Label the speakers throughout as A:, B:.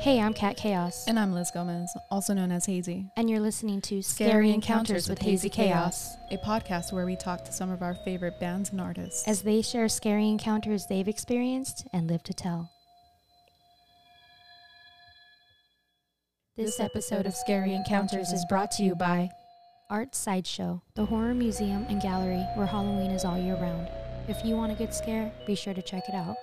A: Hey, I'm Kat Chaos,
B: And I'm Liz Gomez, also known as Hazy.
A: and you're listening to Scary Encounters with Hazy Chaos.
B: a podcast where we talk to some of our favorite bands and artists.
A: As they share scary encounters they've experienced and live to tell. This episode of Scary Encounters is brought to you by Art Sideshow, the horror museum and gallery where Halloween is all year round. If you want a good scare, be sure to check it out.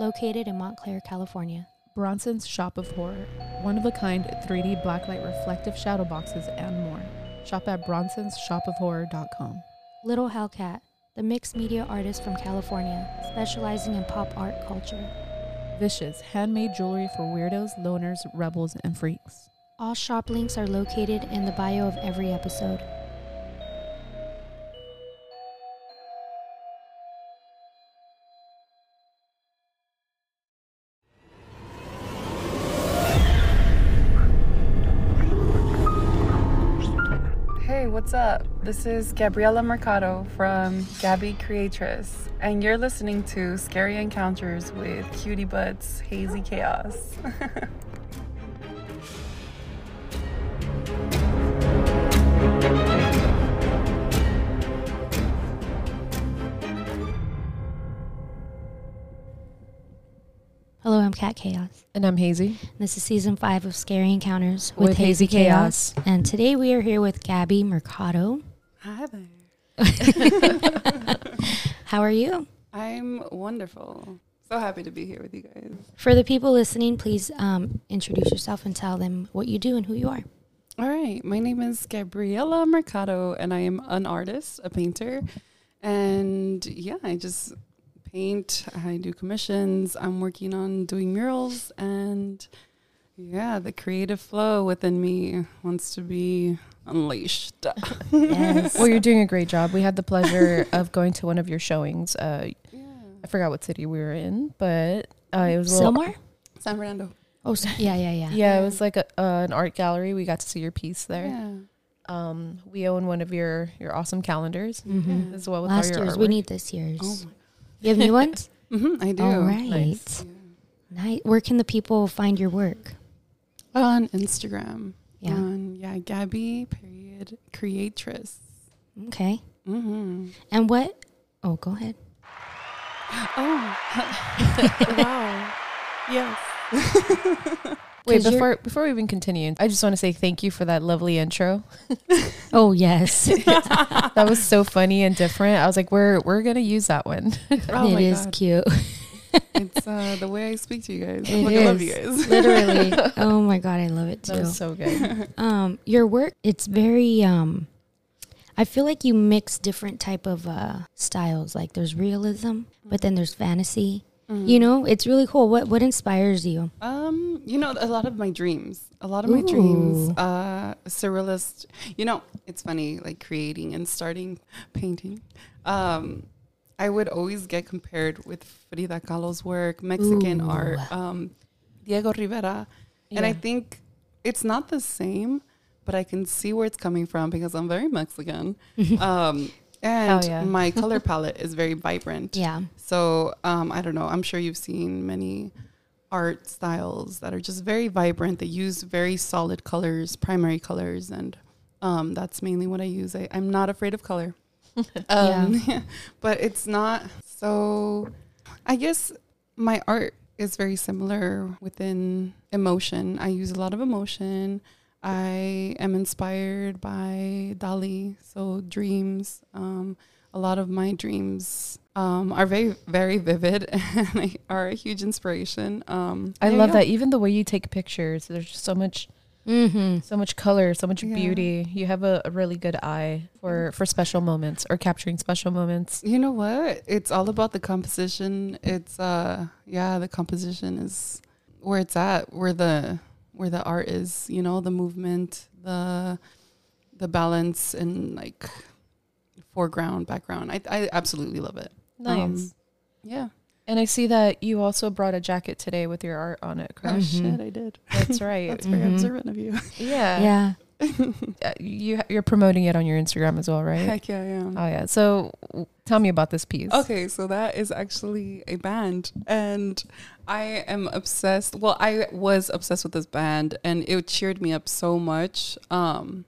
A: Located in Montclair, California.
B: Bronson's Shop of Horror, one of a kind 3D blacklight reflective shadow boxes and more. Shop at bronson'sshopofhorror.com.
A: Little Hellcat, the mixed media artist from California, specializing in pop art culture.
B: Vicious, handmade jewelry for weirdos, loners, rebels, and freaks.
A: All shop links are located in the bio of every episode.
C: Hey, what's up? This is Gabriela Mercado from Gabby Creatress, and you're listening to Scary Encounters with Cutie Butts Hazy Chaos.
A: Hello, I'm Cat Chaos.
B: And I'm Hazy.
A: This is season five of Scary Encounters
B: With Hazy
A: And today we are here with Gabby Mercado.
C: Hi there.
A: How are you?
C: I'm wonderful. So happy to be here with you guys.
A: For the people listening, please um, introduce yourself and tell them what you do and who you are.
C: All right, my name is Gabriela Mercado, and I am an artist, a painter, and yeah, I just paint. I do commissions. I'm working on doing murals, and yeah, the creative flow within me wants to be unleashed.
A: Yes.
B: Well, you're doing a great job. We had the pleasure of going to one of your showings. Uh,
C: Yeah.
B: I forgot what city we were in, but uh, it was a little
A: Somewhere?
C: San Fernando.
A: Oh, so, yeah, yeah, yeah.
B: Yeah, it was like a, uh, an art gallery. We got to see your piece there.
C: Yeah.
B: Um, we own one of your your awesome calendars
A: Mm-hmm.
B: as well with
A: Last
B: all your
A: year's.
B: artwork.
A: We need this year's.
C: Oh my.
A: You have new ones?
C: Mhm, I do.
A: Mm-hmm. All right.
B: Nice.
A: Nice. Where can the people find your work?
C: On Instagram.
A: Yeah.
C: On, yeah, Gabby period creatress.
A: Okay.
C: Mm-hmm.
A: And what? Oh, go ahead.
C: Oh. wow. Yes.
B: Wait,
A: 'Cause you're-
B: before before we even continue, I just want to say thank you for that lovely intro.
A: Oh, yes.
B: That was so funny and different. I was like, we're we're gonna use that one.
C: Oh
A: it
C: my
A: is
C: God.
A: cute.
C: It's uh, the way I speak to you guys.
A: It
C: Look, I love
A: is.
C: you guys.
A: Literally. Oh my god, I love it
B: That
A: too.
B: was so good.
A: Um your work it's very um I feel like you mix different type of uh styles. Like there's realism, but then there's fantasy.
C: Mm-hmm.
A: You know, it's really cool. What what inspires you?
C: Um, you know, a lot of my dreams, a lot of my
A: Ooh.
C: dreams, uh, surrealist. You know, it's funny, like creating and starting painting. Um, I would always get compared with Frida Kahlo's work, Mexican
A: Ooh.
C: art, um, Diego Rivera, and I think it's not the same, but I can see where it's coming from because I'm very Mexican, um, and
B: yeah.
C: my color palette is very vibrant.
A: Yeah.
C: So um, I don't know. I'm sure you've seen many art styles that are just very vibrant. They use very solid colors, primary colors, and um, that's mainly what I use. I, I'm not afraid of color, um, but it's not so. I guess my art is very similar within emotion. I use a lot of emotion. I am inspired by Dali, so dreams. Um, a lot of my dreams um, are very, very vivid and they are a huge inspiration. Um,
B: I
C: yeah,
B: love
C: yeah.
B: that. Even the way you take pictures, there's just so much
A: Mhm.
B: so much color, so much
C: Yeah.
B: beauty. You have a, a really good eye for for special moments or capturing special moments.
C: You know what? It's all about the composition. It's uh yeah, the composition is where it's at, where the where the art is, you know, the movement, the the balance and like foreground, background. I I absolutely love it.
B: Nice.
C: Um, Yeah.
B: and I see that you also brought a jacket today with your art on it.
C: Oh
B: Correct?
C: shit, I did.
B: That's right.
C: That's very
A: Mhm.
C: observant of you.
B: Yeah.
A: Yeah.
D: Uh, you you're promoting it on your Instagram as well, right?
C: Heck yeah, I am.
D: Oh yeah. So w- tell me about this piece.
C: Okay, so that is actually a band, and I am obsessed. Well, I was obsessed with this band, and it cheered me up so much. Um,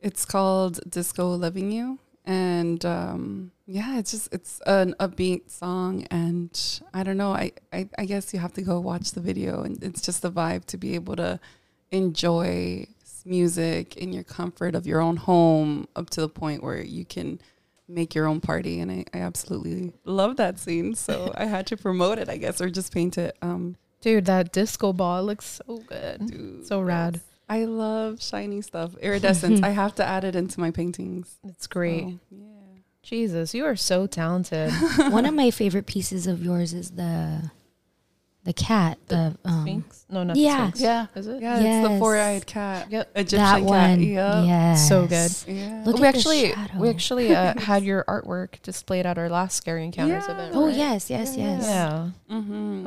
C: it's called Disco Loving You, and um, yeah, it's just it's an upbeat song, and I don't know. I, I I guess you have to go watch the video, and it's just the vibe to be able to enjoy music in your comfort of your own home up to the point where you can make your own party and I, I absolutely love that scene so i had to promote it i guess or just paint it um
D: Dude, that disco ball looks so good.
A: Mm-hmm.
C: dude,
D: So rad.
C: i love shiny stuff iridescence i have to add it into my paintings
D: It's great.
C: So, yeah
D: Jesus, you are so talented.
A: One of my favorite pieces of yours is the the cat. The, um,
D: Sphinx? No, not
A: yeah.
D: the Sphinx.
C: yeah
D: Is it?
C: yeah it's the
A: Yes.
C: four-eyed cat
D: Yep.
C: egyptian
A: that
C: cat
A: one.
C: yeah
A: Yeah.
D: So good.
C: yeah
A: Look
D: we
A: at the
D: actually we
A: shadow.
D: actually uh, had your artwork displayed at our last scary encounters
C: Yeah.
D: event.
A: Oh
D: right?
A: yes, yes,
C: Yeah.
A: yes.
D: Yeah.
C: mm-hmm.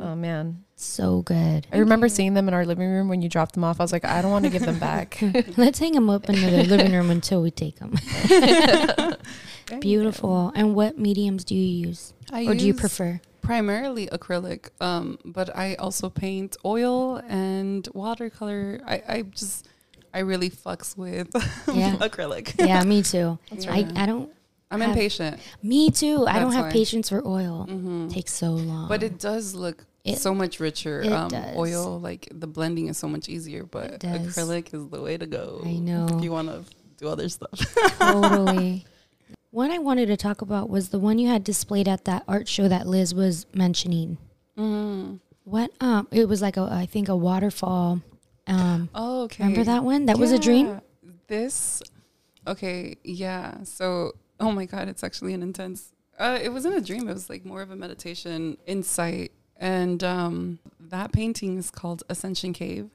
A: Um,
D: Oh man.
A: So good.
D: I remember seeing them in our living room when you dropped them off. I was like, I don't want to give them back.
A: Let's hang them up in the living room until we take them. Beautiful. And what mediums do you use,
C: I
A: or do you
C: use
A: prefer?
C: primarily acrylic um but i also paint oil and watercolor i i just i really fucks with
A: Yeah.
C: acrylic
A: yeah, me too. I,
C: right.
A: I don't.
C: i'm
A: Have-
C: impatient
A: Me too. I don't
C: That's
A: have
C: why.
A: patience for oil.
C: Mhm.
A: takes so long.
C: but it does look
A: Um, It-
C: so much richer
A: it
C: um
A: does.
C: oil like the blending is so much easier but
A: does.
C: acrylic is the way to go
A: I know.
C: if you want to do other stuff
A: totally. One I wanted to talk about was the one you had displayed at that art show that Liz was mentioning. Mm-hmm.
C: mm.
A: What? Um, it was like a I think a waterfall. Um,
C: oh okay
A: remember that one? That was a dream.
C: Yeah. This, okay, yeah. So, oh my God, it's actually an intense. Uh, it wasn't a dream. It was like more of a meditation insight. And um, that painting is called Ascension Cave.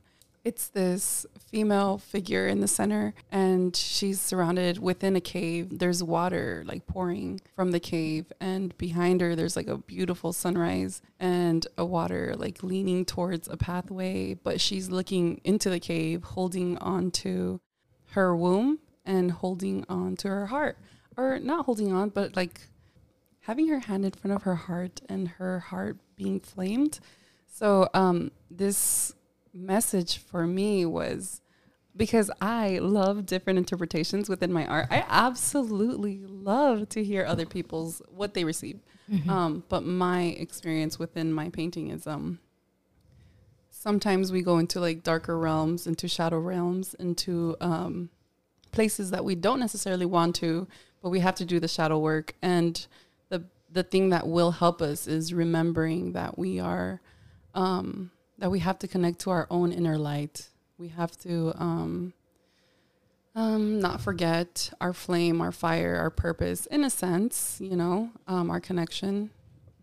C: It's this female figure in the center, and she's surrounded within a cave. There's water like pouring from the cave, and behind her, there's like a beautiful sunrise and a water like leaning towards a pathway. But she's looking into the cave, holding on to her womb and holding on to her heart or not holding on but like having her hand in front of her heart and her heart being flamed so um this message for me was because I love different interpretations within my art. I absolutely love to hear other people's what they receive. Um, but my experience within my painting is um, sometimes we go into like darker realms, into shadow realms, into um, places that we don't necessarily want to, but we have to do the shadow work. And the the thing that will help us is remembering that we are um, that we have to connect to our own inner light. We have to um, um, not forget our flame, our fire, our purpose. In a sense, you know, um, our connection.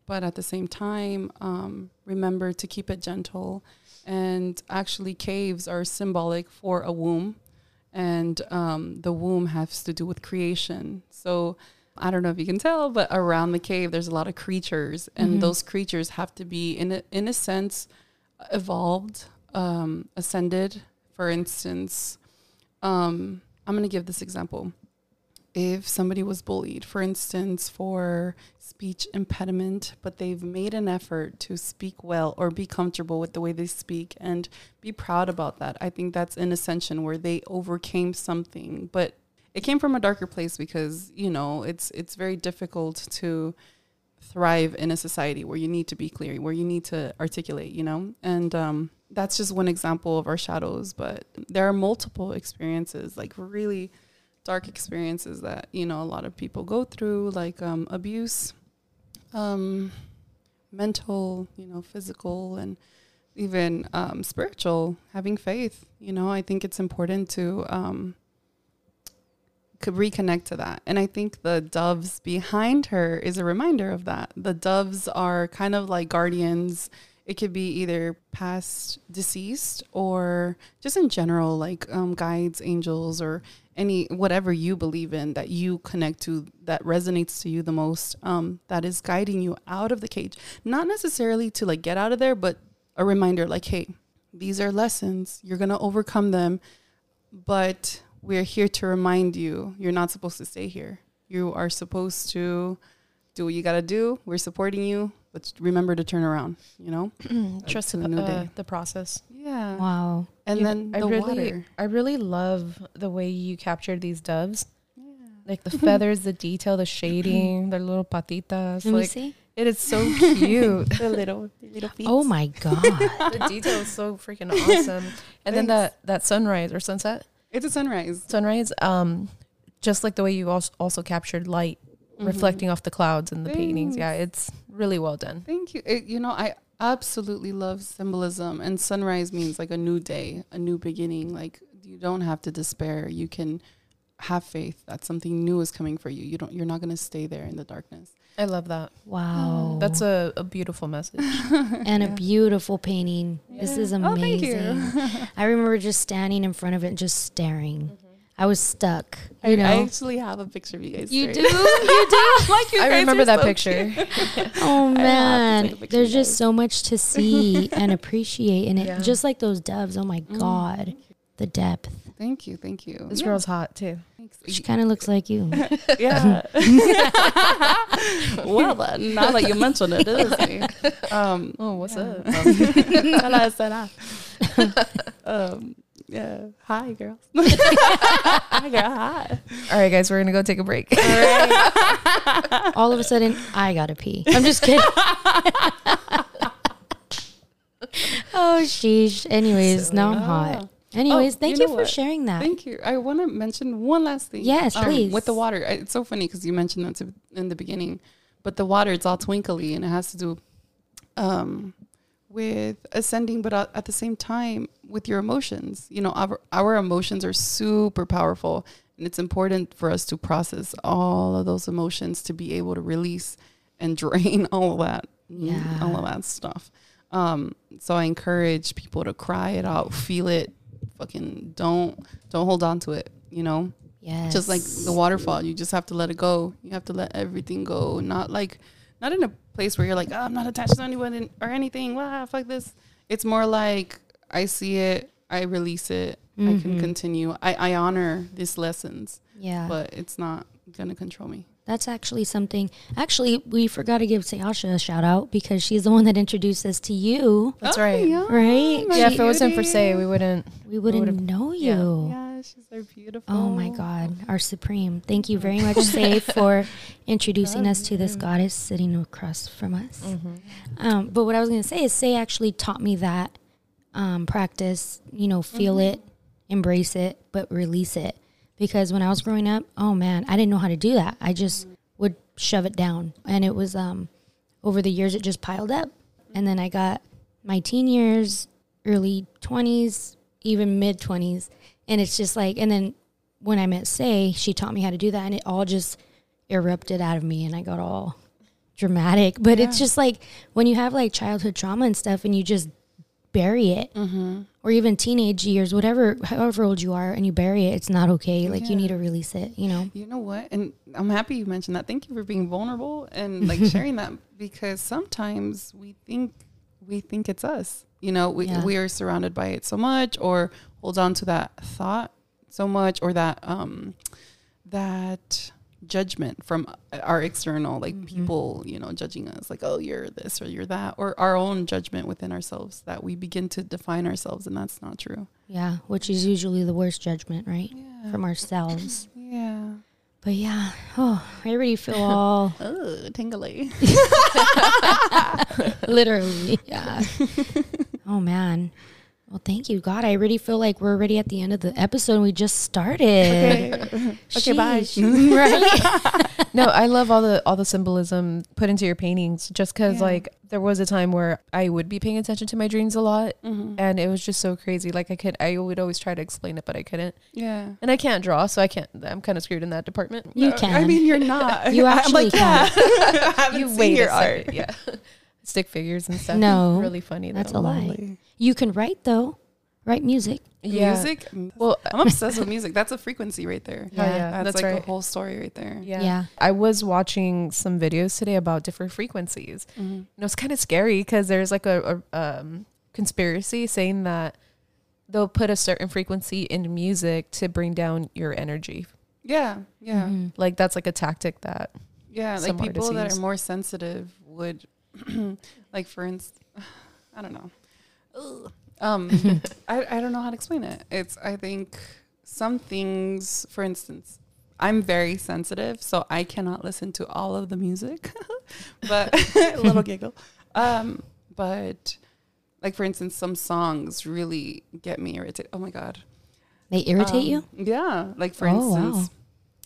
C: But at the same time, um, remember to keep it gentle. And actually, caves are symbolic for a womb and um, the womb has to do with creation. So I don't know if you can tell, but around the cave there's a lot of creatures, and those creatures have to be in a, in a sense evolved, um, ascended. For instance, um, I'm going to give this example. If somebody was bullied, for instance, for speech impediment, but they've made an effort to speak well or be comfortable with the way they speak and be proud about that. I think that's an ascension where they overcame something, but it came from a darker place because, you know, it's it's very difficult to thrive in a society where you need to be clear, where you need to articulate, you know? And um, that's just one example of our shadows, but there are multiple experiences, like really dark experiences that, you know, a lot of people go through, like um, abuse, um, mental, you know, physical, and even um, spiritual, having faith. You know, I think it's important to. Um, could reconnect to that. And I think the doves behind her is a reminder of that. The doves are kind of like guardians. It could be either past deceased or just in general, like um, guides, angels, or any whatever you believe in that you connect to that resonates to you the most. Um, that is guiding you out of the cage, not necessarily to like get out of there, but a reminder like, hey, these are lessons. You're gonna overcome them but we're here to remind you you're not supposed to stay here. You are supposed to do what you got to do. We're supporting you, but remember to turn around, you know?
B: Trust
C: a
B: the,
C: new
B: uh,
C: day.
B: the process.
C: Yeah.
A: Wow.
C: And
B: You-
C: then
B: I
C: the
B: really,
C: water.
B: I really love the way you captured these doves.
C: Yeah.
B: Like the feathers, the detail, the shading, their little patitas.
A: Let me
B: Like,
A: see.
B: it is so cute.
C: The little, little feet.
A: Oh my god.
B: the detail is so freaking awesome. And then that that sunrise or sunset,
C: It's a sunrise.
B: sunrise. Um, just like the way you also also captured light
C: Mm-hmm.
B: reflecting off the clouds in the paintings. Yeah, it's really well done.
C: Thank you. It, you know, I absolutely love symbolism, and sunrise means like a new day, a new beginning. Like you don't have to despair. You can have faith that something new is coming for you. You don't. You're not going to stay there in the darkness.
B: I love that.
A: Wow.
B: That's a, a beautiful message.
A: and a beautiful painting. This is
C: Oh, thank
A: amazing.
C: you.
A: I remember just standing in front of it and just staring. I was stuck. You know.
C: Mm-hmm. I actually have a picture of you guys.
A: you do?
C: staring.
A: You do?
C: like you
B: I
C: guys
B: remember
C: are
B: that
C: so
B: picture.
A: Oh
C: have to take
A: man,
C: a picture,
A: there's just
C: guys.
A: so much to see and appreciate in it.
B: Yeah.
A: Just like those doves. Oh my
C: Mm.
A: god, the depth.
C: cute. Thank you. Thank you.
B: This
C: Yeah,
B: girl's hot too.
C: thanks.
A: She kind of looks like you.
C: Yeah. well, then, now that you mention it, it is me. Um,
B: Oh, what's up?
C: Hello, Sarah. um, yeah. Hi, girls. hi, girl. Hi.
B: All right, guys, we're gonna go take a break.
A: All of a sudden, I gotta pee. I'm just kidding. oh sheesh. Anyways, now I'm
C: Ah.
A: hot. Anyways,
C: Oh,
A: thank
C: you
A: you,
C: know
A: for
C: what?
A: sharing that.
C: Thank you. I want to mention one last thing. Um,
A: Yes, please.
C: With the water, I- it's so funny because you mentioned that to, in the beginning, but the water it's all twinkly and it has to do, um, with ascending, but uh, at at the same time with your emotions. You know, our our emotions are super powerful, and it's important for us to process all of those emotions to be able to release and drain all of that,
A: Yeah.
C: all of that stuff. Um, so I encourage people to cry it out, feel it, fucking don't don't hold on to it, you know?
A: Yes.
C: Just like the waterfall, you just have to let it go. You have to let everything go. Not like not in a place where you're like, oh, I'm not attached to anyone and- or anything. Wow, fuck this. It's more like I see it, I release it, I can continue. I, I honor these lessons,
A: Mm-hmm. Yeah.
C: but it's not gonna control me.
A: That's actually something. Actually, we forgot to give Sayasha a shout out because she's the one that introduced us to you,
B: That's right.
C: Oh, yeah.
A: right?
C: my
B: Oh, Yeah,
A: She-
B: if it wasn't for
C: Beauty.
B: say, we wouldn't.
A: we wouldn't
B: would've-
A: know you.
B: yeah.
C: Yeah, she's so beautiful.
A: Oh my God, our supreme. Thank you very much, Say, for introducing us to this goddess sitting across from us. Um, but what I was going to say is, Say actually taught me that um, practice, you know, feel it, embrace it, but release it. Because when I was growing up, oh man, I didn't know how to do that. I just would shove it down. And it was um, over the years, it just piled up. And then I got my teen years, early 20s, even mid 20s. And it's just like, and then when I met Say, she taught me how to do that, and it all just erupted out of me, and I got all dramatic. But it's just like when you have like childhood trauma and stuff, and you just bury it,
C: Mm-hmm.
A: or even teenage years, whatever, however old you are, and you bury it, it's not okay. Like you need to release it, you know?
C: You know what? And I'm happy you mentioned that. Thank you for being vulnerable and like sharing that because sometimes we think we think it's us. You know, we
A: Yeah.
C: we are surrounded by it so much or hold on to that thought so much or that um that judgment from uh, our external like people, you know, judging us like oh you're this or you're that or our own judgment within ourselves that we begin to define ourselves and that's not true.
A: Yeah, which is usually the worst judgment, right?
C: Yeah.
A: From ourselves.
C: Yeah.
A: But yeah, oh, I already feel all
C: Oh, tingly.
A: literally. Yeah. oh man. Well, thank you, God. I already feel like we're already at the end of the episode. and We just started.
C: Okay, bye.
A: Sheesh. right?
B: No, I love all the all the symbolism put into your paintings. Just because
C: Yeah.
B: like there was a time where I would be paying attention to my dreams a lot,
C: Mm-hmm.
B: and it was just so crazy. Like I could, I would always try to explain it, but I couldn't.
C: Yeah.
B: And I can't draw, so I can't. I'm kind of screwed in that department.
A: You
C: Uh,
A: can.
C: I mean, you're not.
A: You
C: I'm
A: actually
C: like,
A: can.
C: yeah. I haven't seen
B: wait a
C: your
B: second,
C: art.
B: yeah. Stick figures and stuff.
A: No,
B: really funny.
A: That's a
B: though.
A: lie. You can write though. Write music.
B: Yeah.
C: Music.
B: Well,
C: I'm obsessed with music. That's a frequency right there.
B: Yeah, yeah,
C: That's,
B: that's
C: like
B: right.
C: the whole story right there.
B: Yeah.
A: Yeah.
B: I was watching some videos today about different frequencies.
A: Mm-hmm.
B: And it was kind of scary because there's like a, a um, conspiracy saying that they'll put a certain frequency in music to bring down your energy.
C: Yeah, yeah,
A: Mhm.
B: Like that's like a tactic that
C: yeah. Like
B: Some
C: people that
B: artists.
C: are more sensitive would, like for instance, I don't know. Ugh. Um, I I don't know how to explain it. It's I think some things, for instance. I'm very sensitive, so I cannot listen to all of the music. but little giggle. Um, but like for instance, some songs really get me irritated. Oh my god,
A: They irritate you?
C: Um, Yeah. Like for
A: Oh,
C: instance,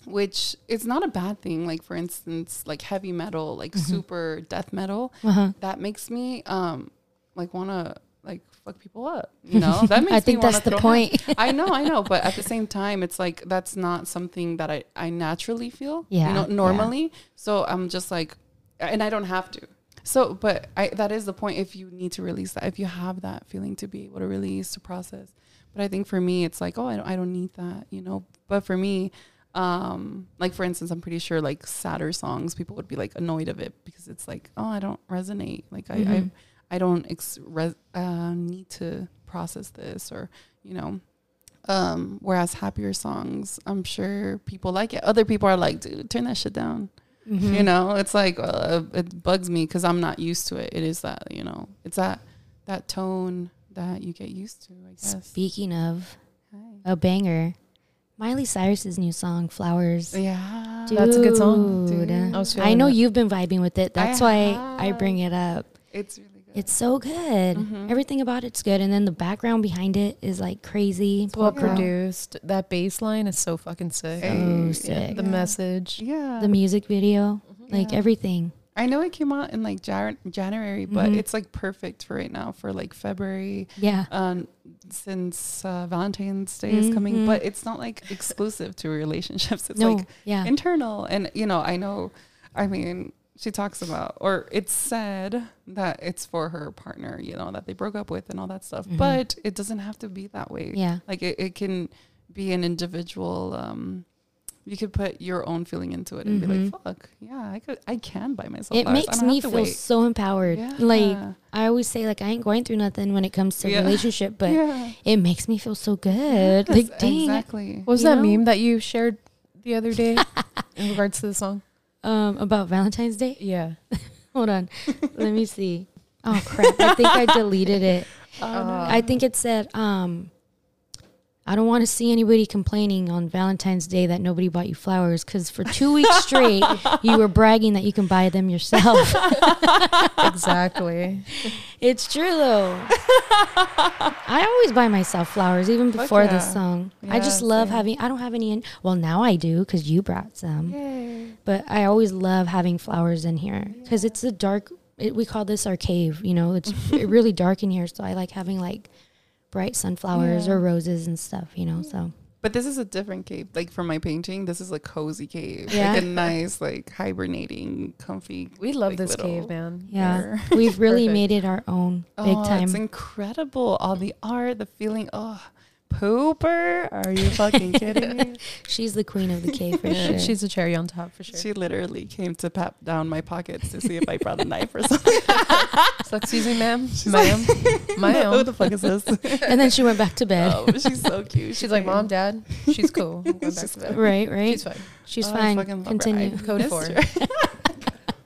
C: which it's not a bad thing. Like for instance, like heavy metal, like
A: Mm-hmm.
C: super death metal,
A: Uh-huh.
C: that makes me um like wanna like fuck people up. You know? That makes
A: I think
C: me wanna
A: that's the
C: throw hands.
A: point.
C: I know, I know, but at the same time, it's like that's not something that I, I naturally feel.
A: Yeah,
C: You know,
A: yeah.
C: normally. So I'm just like, and I don't have to. So, but I, that is the point. If you need to release that, if you have that feeling to be able to release, to process. But I think for me, it's like, oh, I don't, I don't need that, you know. But for me, um, like for instance, I'm pretty sure like sadder songs, people would be like annoyed of it because it's like, oh, I don't resonate. Like I, I,
A: Mhm.
C: I don't ex- res- uh, need to process this, or you know, um, whereas happier songs, I'm sure people like it. Other people are like, dude, turn that shit down.
A: Mm-hmm.
C: You know, it's like uh, it bugs me because I'm not used to it. It is that you know, it's that that tone that you get used to. I guess.
A: Speaking of
C: Hi.
A: a banger, Miley Cyrus's new song, Flowers.
C: Yeah,
B: That's a good song.
A: Dude,
C: Dude.
A: uh,
B: I was feeling
A: I know
B: it.
A: you've been vibing with it. That's why I
C: have.
A: bring it up.
C: it's really good.
A: It's so good.
C: Mhm.
A: Everything about it's good. And then the background behind it is like crazy.
B: It's well
C: Yeah.
B: produced. That bass line is so fucking sick.
A: Hey.
C: Yeah.
A: sick.
B: The message.
C: Yeah,
A: The music video, like
C: Mm-hmm. Yeah.
A: everything.
C: I know it came out in like Jan- January, but
A: Mm-hmm.
B: Mhm.
C: it's like perfect for right now for like February.
A: Yeah.
C: um, since uh, Valentine's Day is
A: Mhm.
C: coming, but it's not like exclusive to relationships. It's
A: no.
C: like
A: yeah.
C: internal. And, you know, I know, I mean, she talks about, or it's said that it's for her partner, you know, that they broke up with and all that stuff,
A: Mhm.
C: but it doesn't have to be that way.
A: yeah.
C: Like it, it can be an individual, um, you could put your own feeling into it and be
A: Mhm.
C: like, fuck, yeah, I could, I can buy myself.
A: It
C: flowers. I
A: makes
C: don't
A: me
C: have to
A: feel
C: wait."
A: so empowered.
C: Yeah.
A: Like I always say, like I ain't going through nothing when it comes to
C: Yeah.
A: relationship, but
C: yeah.
A: it makes me feel so good.
C: Yes,
A: like dang,
C: exactly.
B: What was
A: You
B: that
A: know?
B: meme that you shared the other day in regards to the song?
A: um, about Valentine's Day.
B: Yeah.
A: Hold on, let me see. Oh crap! I think I deleted it.
C: Oh,
B: Uh,
A: I think it said, um, I don't want to see anybody complaining on Valentine's Day that nobody bought you flowers because for two weeks straight you were bragging that you can buy them yourself.
B: exactly.
A: It's true though. I always buy myself flowers even
C: Fuck
A: before this
C: yeah.
A: song. I just
C: Yeah,
A: love
C: same.
A: having I don't have any in well now I do because you brought some.
C: Yay.
A: But I always love having flowers in here because it's a dark it, we call this our cave, you know, it's really dark in here. So I like having like bright sunflowers
C: Yeah.
A: or roses and stuff, you know. So
C: But this is a different cave. Like for my painting, this is a cozy cave.
A: Yeah.
C: Like a nice, like hibernating, comfy.
B: We love
C: like,
B: this
C: little-
B: cave, man.
A: yeah.
C: There.
A: We've really
B: Perfect.
A: made it our own big
C: oh, It's
A: time.
C: incredible. All the art, the feeling. Oh, pooper. Are you fucking kidding me?
A: She's the queen of the cave for
B: Yeah,
A: sure.
B: She's a cherry on top for sure.
C: She literally came to pat down my pockets to see if I brought a knife or something.
B: So, excuse me, ma'am. ma'am.
C: Who
B: ma'am.
C: the fuck is this?
A: and then she went back to bed.
C: oh, she's so cute.
B: She's like,
C: came.
B: Mom, Dad, she's cool. I'm going back to bed.
A: Right, right.
B: She's fine.
A: She's
C: Oh, I
A: fine.
C: fucking love her.
A: Continue.
C: I
B: Code
C: missed
B: four.
C: her.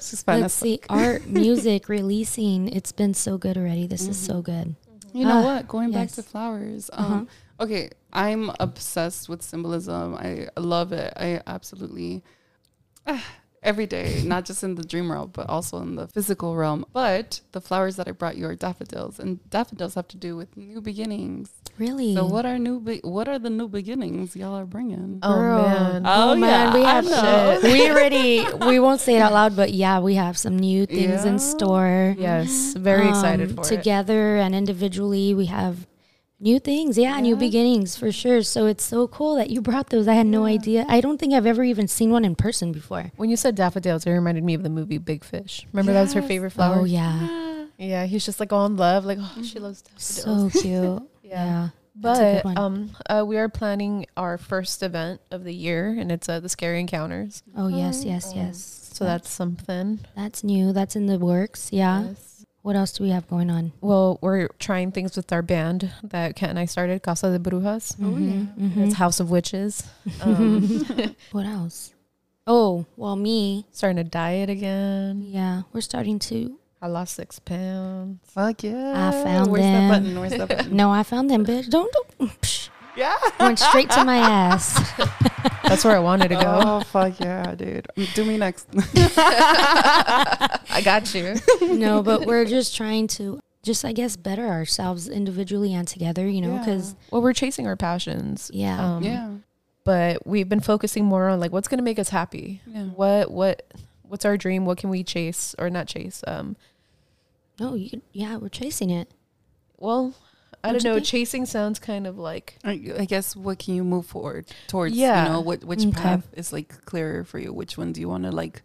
C: she's fine.
A: Let's
C: as
A: see. Art, music, releasing. It's been so good already. This is so
C: Mm-hmm.
A: good.
C: You know
A: Ah,
C: what? Going back
A: yes. Uh-huh.
C: to flowers. Um, Okay, I'm obsessed with symbolism. I love it. I absolutely ah, every day, not just in the dream realm, but also in the physical realm. But the flowers that I brought you are daffodils, and daffodils have to do with new beginnings.
A: Really?
C: So, what are new? Be- what are the new beginnings y'all are bringing?
B: Oh,
A: Girl.
B: man.
A: Oh,
C: Oh,
A: man,
C: yeah,
A: we
C: I
A: have
C: know.
A: shit. We already we won't say it out loud, but yeah, we have some new things
C: Yeah.
A: in store.
B: Yes. Very excited
A: Um,
B: for it.
A: Together and individually, we have new things. Yeah, new
C: Yeah.
A: beginnings for sure. So it's so cool that you brought those. I had no idea. I don't think I've ever even seen one in person before.
B: When you said daffodils, it reminded me of the movie Big Fish. Remember that was her
C: Yes.
B: favorite flower?
A: Oh yeah,
B: Yeah, he's just like all in love, like oh, she loves daffodils.
A: so cute. yeah. That's a good
B: but
A: one.
B: um, uh, we are planning our first event of the year, and it's uh, the Scary Encounters.
A: Oh yes, yes, yes.
B: So that's something.
A: That's new. That's in the works. Yeah.
B: Yes.
A: What else do we have going on?
B: Well, we're trying things with our band that Kat and I started, Casa de Brujas.
C: Oh,
A: Mhm,
C: yeah.
A: mhm.
B: It's House of Witches. Um,
A: What else? Oh, well, me.
B: starting a diet again.
A: Yeah, we're starting to.
B: I lost six pounds.
C: Fuck yeah.
A: found
C: Where's
A: them.
C: that button? Where's that button?
A: No, I found them, bitch. Don't, don't. Psh,
C: Yeah.
A: went straight to my ass.
B: That's where I wanted to go.
C: Oh fuck yeah, dude. Mm, Do me next.
B: I got you.
A: no, but we're just trying to just I guess better ourselves individually and together, you know,
C: Yeah.
A: cuz
B: Well, we're chasing our passions.
A: yeah.
B: Um,
C: yeah.
B: But we've been focusing more on like what's going to make us happy.
C: Yeah.
B: What what what's our dream? What can we chase or not chase? Um,
A: no, you yeah, we're chasing it.
B: well, I
A: Don't
B: don't
A: you
B: know.
A: think?
B: Chasing sounds kind of like
C: I I guess what can you move forward towards?
B: Yeah.
C: You know, what which
A: Okay.
C: path is like clearer for you? Which one do you want to like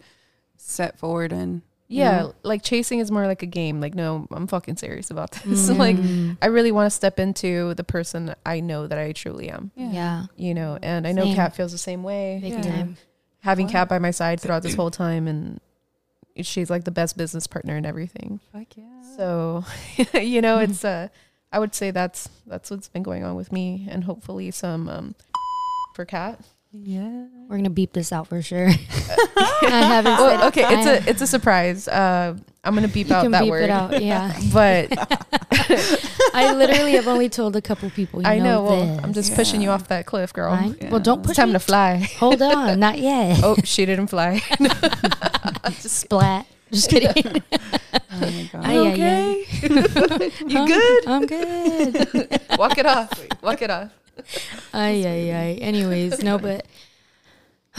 C: set forward and
A: Mm-hmm.
B: yeah, like chasing is more like a game. Like no, I'm fucking serious about this. like
A: Mm.
B: I really want to step into the person I know that I truly am.
A: yeah.
B: You know, and I know
A: Same.
B: Cat feels the same way.
A: big
C: Yeah.
A: time.
B: Having
C: Wow.
B: Cat by my side throughout this whole time, and she's like the best business partner and everything.
C: Fuck yeah.
B: So, you know, it's uh, I would say that's that's what's been going on with me, and hopefully some um for Cat.
C: yeah.
A: We're going to beep this out for sure. I haven't said
B: Well, okay, it's
A: I-
B: a it's a surprise. Uh, I'm gonna beep
A: you
B: out
A: can
B: that
A: beep
B: word.
A: it out. Yeah.
B: But
A: I literally have only told a couple people. You
B: I know. Well,
A: this.
B: I'm just pushing you
C: Yeah.
B: off that cliff, girl.
A: Right?
C: Yeah.
A: Well, don't
B: It's
A: push
B: time
A: me.
B: to fly.
A: Hold on, not yet.
B: oh, she didn't fly.
A: Splat. Just kidding.
C: Oh my god.
A: I-
B: You
A: yeah,
B: okay? you
A: I'm-
B: good?
A: I'm good.
B: Walk it off. Walk it off.
A: Ay, ay, ay. Anyways, no, but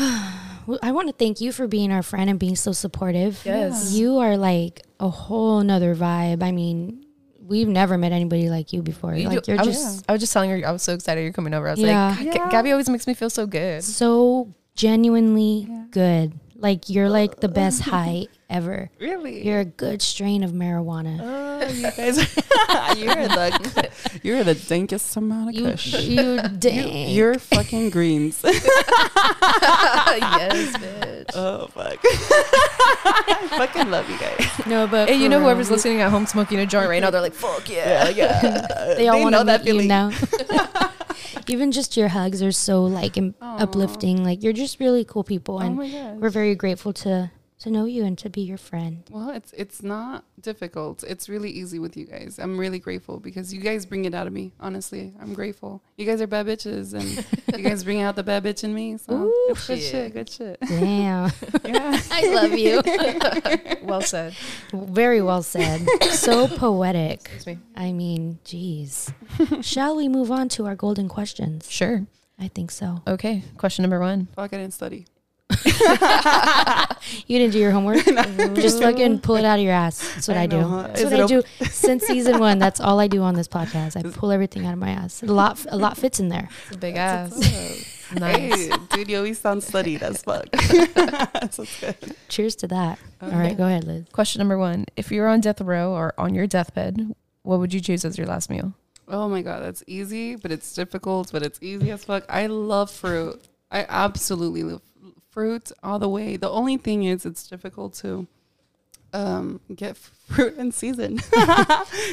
A: well, I want to thank you for being our friend and being so supportive.
B: Yes.
A: You are like a whole nother vibe. I mean, we've never met anybody like you before.
B: You
A: like,
B: do- Oh,
A: you're
B: I was,
A: just
B: I was just telling her I was so excited you're coming over. I was
A: Yeah.
B: like, "G-
C: Yeah.
B: Gabby always makes me feel so good.
A: so genuinely
C: Yeah.
A: good. Like, you're like the best high ever.
C: really?
A: You're a good strain of marijuana.
C: Oh, you guys, you're the you're the dankest amount of
A: You,
C: kush.
A: you dang.
C: You're fucking greens.
B: yes, bitch.
C: oh fuck! I fucking love you guys.
A: no, but
B: Hey, you
A: for
B: know
A: real,
B: whoever's
A: we-
B: listening at home smoking a joint right now, they're like, fuck yeah.
C: yeah.
A: they all want to meet you now. Even just your hugs are so like im- uplifting. Like you're just really cool people,
C: Oh
A: and
C: my god.
A: we're very grateful to to know you and to be your friend.
C: Well, it's it's not difficult. It's really easy with you guys. I'm really grateful because you guys bring it out of me. Honestly, I'm grateful. You guys are bad bitches, and you guys bring out the bad bitch in me. So
A: Ooh,
C: good shit.
B: shit.
C: good shit.
A: Damn,
C: Yeah.
A: I love you.
B: well said.
A: very well said. So poetic.
B: Excuse me.
A: I mean, geez. Shall we move on to our golden questions?
B: Sure.
A: I think so.
B: Okay. Question number one.
C: Fuck, I didn't study.
A: You didn't do your homework. Just fucking pull it out of your ass. That's what I,
C: I
A: do.
C: know, huh?
A: That's
C: Is
A: what
C: it
A: I
C: op-
A: do since season one. That's all I do on this podcast. I pull everything out of my ass. A lot, a lot fits in there.
B: It's a big
C: That's
B: ass.
C: what's up.
B: Nice.
C: Hey, dude, you always sound studied as fuck. That's what's good.
A: Cheers to that. All right, go ahead, Liz.
B: Question number one. If you were on death row or on your deathbed, what would you choose as your last meal?
C: Oh my god, that's easy, but it's difficult, but it's easy as fuck. I love fruit. I absolutely love fruit all the way. The only thing is, it's difficult to um, get fruit in season.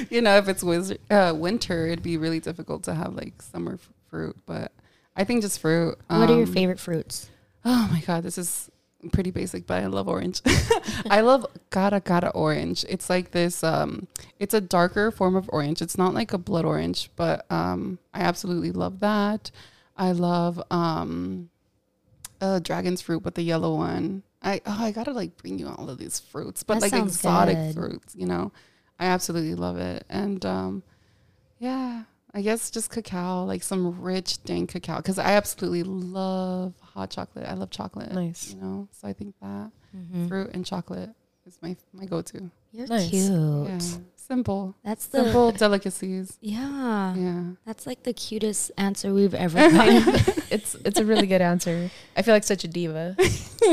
C: you know, if it's wiz- uh, winter, it'd be really difficult to have like summer f- fruit. But I think just fruit.
A: what are your
C: um,
A: favorite fruits?
C: Oh my god, this is pretty basic, but I love orange. I love gotta gotta orange. It's like this um it's a darker form of orange. It's not like a blood orange, but um I absolutely love that. I love um uh dragon's fruit, but the yellow one. I oh I gotta like bring you all of these fruits, but
A: That
C: like
A: sounds
C: exotic
A: good.
C: fruits, you know. I absolutely love it. And um yeah, I guess just cacao, like some rich dank cacao, because I absolutely love hot chocolate. I love chocolate.
B: Nice.
C: You know, so I think that
A: Mm-hmm.
C: fruit and chocolate is my my go to.
A: You're
B: Nice.
A: cute.
C: Yeah. Simple,
A: That's the
C: simple delicacies.
A: yeah.
C: Yeah.
A: That's like the cutest answer we've ever gotten.
B: It's it's a really good answer. I feel like such a diva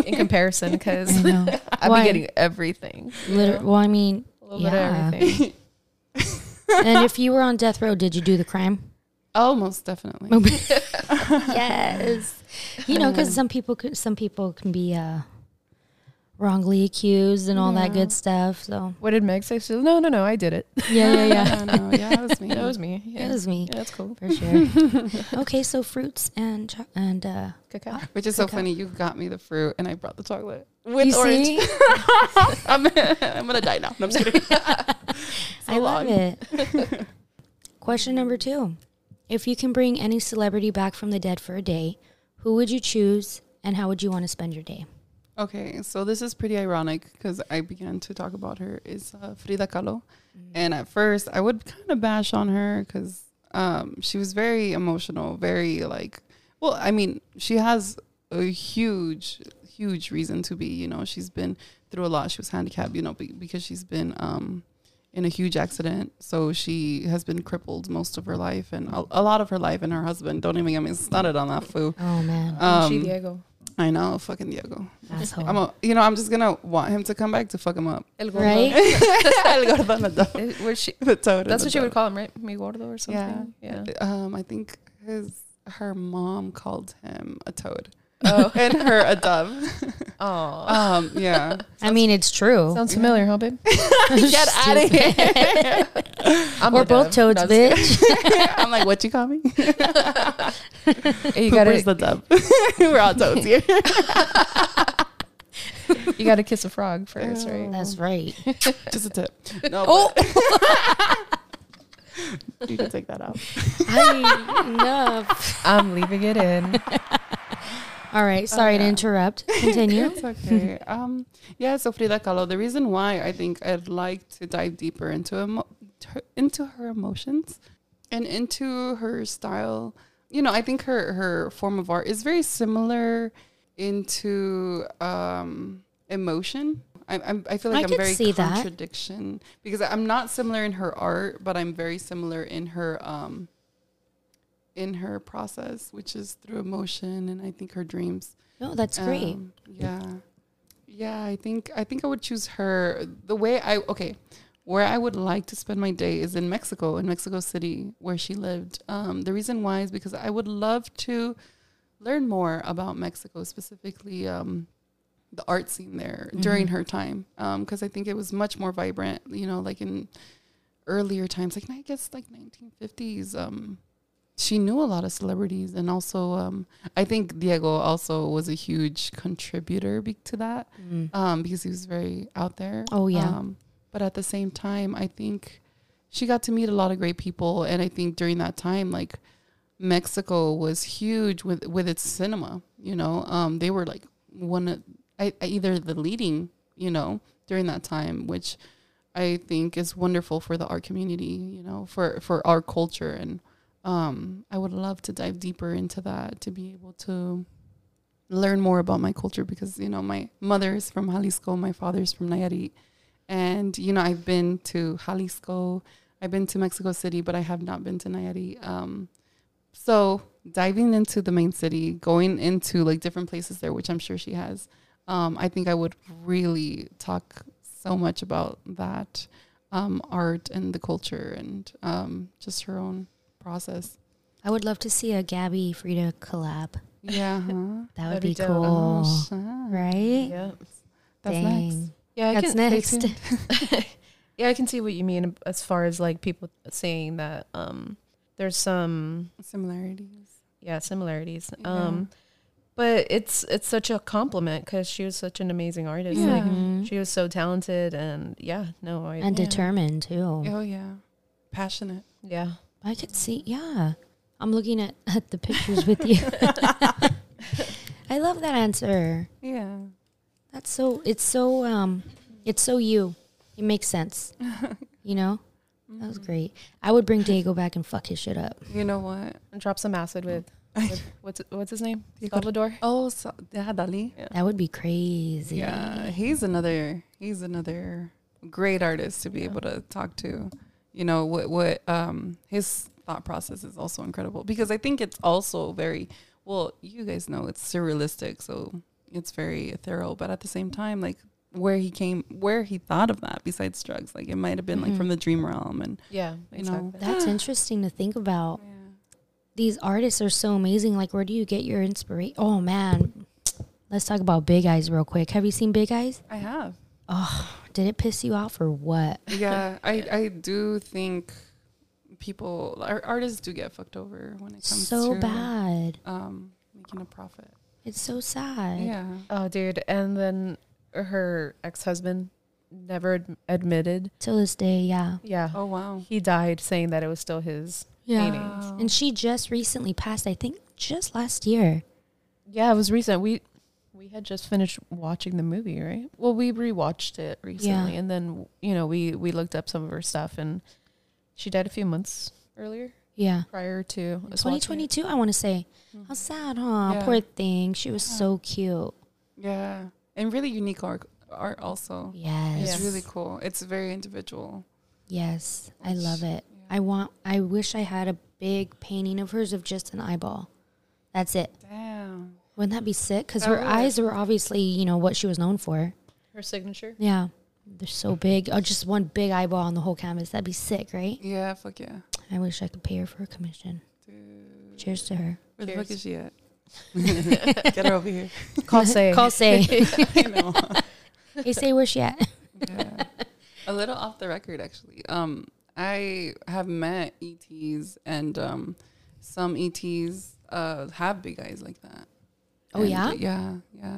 B: in comparison because
A: know.
B: I've
A: Why?
B: been getting everything.
A: Liter- well, I mean,
B: A little bit
A: Yeah.
B: of everything.
A: and if you were on death row, did you do the crime?
C: Oh, most definitely.
A: yes. You know, because some people could, some people can be uh, wrongly accused and all that
B: Yeah.
A: good stuff. So
B: What did Meg say? She said, no, no, no, I did it.
A: yeah, yeah, yeah.
C: I know. Yeah, it was me.
B: that was me. Yeah,
A: It was me
B: Yeah, that's cool.
A: for sure. okay, so fruits and cho- and uh,
B: Cacao.
C: Which is so funny. You got me the fruit and I brought the chocolate
B: Ah,
C: with
A: You
C: orange.
A: see?
C: I'm, I'm gonna die now. No, I'm just kidding.
A: I love it. Question number two: If you can bring any celebrity back from the dead for a day, who would you choose, and how would you want to spend your day?
C: Okay, so this is pretty ironic because I began to talk about her is uh, Frida Kahlo, and at first I would kind of bash on her because um, she was very emotional, very like, well, I mean, she has a huge, huge reason to be. You know, she's been through a lot. She was handicapped, you know, be- because she's been um, in a huge accident, so she has been crippled most of her life and a, a lot of her life. And her husband, don't even get me started on that fool.
A: Oh man,
B: she
C: Um,
B: Diego.
C: I know, fucking Diego.
A: asshole!
C: I'm a, you know, I'm just gonna want him to come back to fuck him up.
B: El gordo.
A: right?
C: El gordo and the dog.
B: Eh, was she-
C: The toad and
B: that's
C: the
B: what she would
C: dog.
B: call him, right? Mi gordo or something.
C: Yeah. Um, I think his her mom called him a toad
B: Oh.
C: and her a dove.
B: Oh.
C: Um, yeah.
A: I mean, it's true.
B: Sounds familiar, huh, babe?
C: Get outta
A: here.
B: I'm
A: We're
B: a
A: both
B: dove.
A: toads,
B: No, I'm
A: bitch.
C: I'm like, what you call me?
B: just kidding. you gotta,
C: Where's the dove? We're all toads here.
B: you gotta kiss a frog first, right?
A: That's right.
C: Just a tip. No.
B: Oh.
C: but- you can take that out.
A: I, enough. Oh,
B: I'm leaving it in.
A: All right. Sorry to interrupt. Continue.
C: It's okay. um, yeah, so Frida Kahlo, the reason why I think I'd like to dive deeper into emo- her, into her emotions and into her style. You know, I think her her form of art is very similar into um, emotion. I, I'm, I feel
A: I
C: like I am
A: could
C: very
A: see that.
C: contradiction because I'm not similar in her art, but I'm very similar in her um, in her process, which is through emotion and I think her dreams.
A: No, that's great.
C: Um, yeah. Yeah, I think I think I would choose her. The way I okay, where I would like to spend my day is in Mexico, in Mexico City, where she lived. Um, the reason why is because I would love to learn more about Mexico, specifically um, the art scene there during
A: Mm-hmm.
C: her time, because I think it was much more vibrant. You know, like in earlier times, like I guess like 1950s. Um, she knew a lot of celebrities, and also um, I think Diego also was a huge contributor be- to that
A: Mm.
C: um, because he was very out there.
A: Oh, yeah.
C: Um, but at the same time, I think she got to meet a lot of great people, and I think during that time, like Mexico was huge with with its cinema. You know, um, they were like one of I, I- either the leading, you know, during that time, which I think is wonderful for the art community. You know, for for our culture, and um, I would love to dive deeper into that to be able to learn more about my culture because you know my mother is from Jalisco, my father's from Nayarit, and you know I've been to Jalisco, I've been to Mexico City, but I have not been to Nayarit. Um, so diving into the main city, going into like different places there, which I'm sure she has, um, I think I would really talk so much about that um, art and the culture and um, just her own process.
A: I would love to see a Gabby Frida collab.
C: Yeah. huh?
A: That would
B: That'd be
A: be
B: dope. Uh-huh.
A: cool.
C: Oh, shit.
A: Right?
B: Yeah.
C: That's
A: Dang.
C: next.
B: Yeah, I
A: That's
B: can,
A: next.
B: yeah, I can see what you mean as far as like people saying that um there's some
C: similarities.
B: yeah similarities
C: Yeah.
B: um but it's it's such a compliment because she was such an amazing artist
C: Yeah.
B: like
A: Mhm.
B: she was so talented and yeah no I,
A: And
C: Yeah.
A: determined too.
C: Oh yeah, passionate.
B: yeah
A: I could see. Yeah. I'm looking at, at the pictures with you. I love that answer.
C: Yeah.
A: That's so it's so um it's so you. It makes sense. You know? That was great. I would bring Diego back and fuck his shit up.
C: You know what?
B: and drop some acid with, with what's what's his name Salvador
C: Oh, so, yeah, Dali.
A: That would be crazy.
C: Yeah, he's another. He's another great artist to be able to talk to. You know what? What um, his thought process is also incredible because I think it's also very well. You guys know it's surrealistic, so it's very thorough. But at the same time, like where he came, where he thought of that besides drugs, like it might have been like
A: Mhm.
C: from the dream realm and
B: yeah
C: You
B: exactly.
C: know.
A: That's interesting to think about. These artists are so amazing. Like where do you get your inspiration? Oh man. Let's talk about Big Eyes real quick. Have you seen Big Eyes?
C: I have.
A: Did it piss you off or what?
C: Yeah, I, I do think people, our artists do get fucked over when it comes
A: So
C: to
A: bad.
C: um, making a profit.
A: It's so sad.
C: Yeah.
B: Oh, dude. And then her ex husband never ad- admitted.
A: Till this day, yeah.
B: Yeah.
C: Oh, wow.
B: He died saying that it was still his. Paintings.
A: And she just recently passed, I think just last year.
B: Yeah, it was recent. We we had just finished watching the movie, right? Well, we rewatched it recently, and then you know we we looked up some of her stuff, and she died a few months earlier,
A: Yeah.
B: prior to us watching it.
A: 2022, I want to say. How sad, huh?
C: Mm-hmm. Yeah.
A: Poor thing. She was so cute.
C: Yeah. And really unique art, art also.
A: Yes.
C: It's really cool. It's very individual.
A: Yes. I love it. I want, I wish I had a big painting of hers of just an eyeball. That's it.
C: Damn.
A: Wouldn't that be sick? Because
C: That
A: her
C: would.
A: eyes were obviously, you know, what she was known for.
B: Her signature.
A: Yeah. They're so big. Oh, just one big eyeball on the whole canvas. That'd be sick, right?
C: Yeah, fuck yeah.
A: I wish I could pay her for a commission.
C: Dude.
A: Cheers to her.
C: Where the
B: Cheers.
C: fuck is she at? Get her over here.
B: Call say.
A: Call say.
C: I know.
A: hey, say where she at.
C: Yeah. a little off the record actually um i have met ets and um some ets uh have big eyes like that
A: Oh,
C: And,
A: yeah?
C: yeah yeah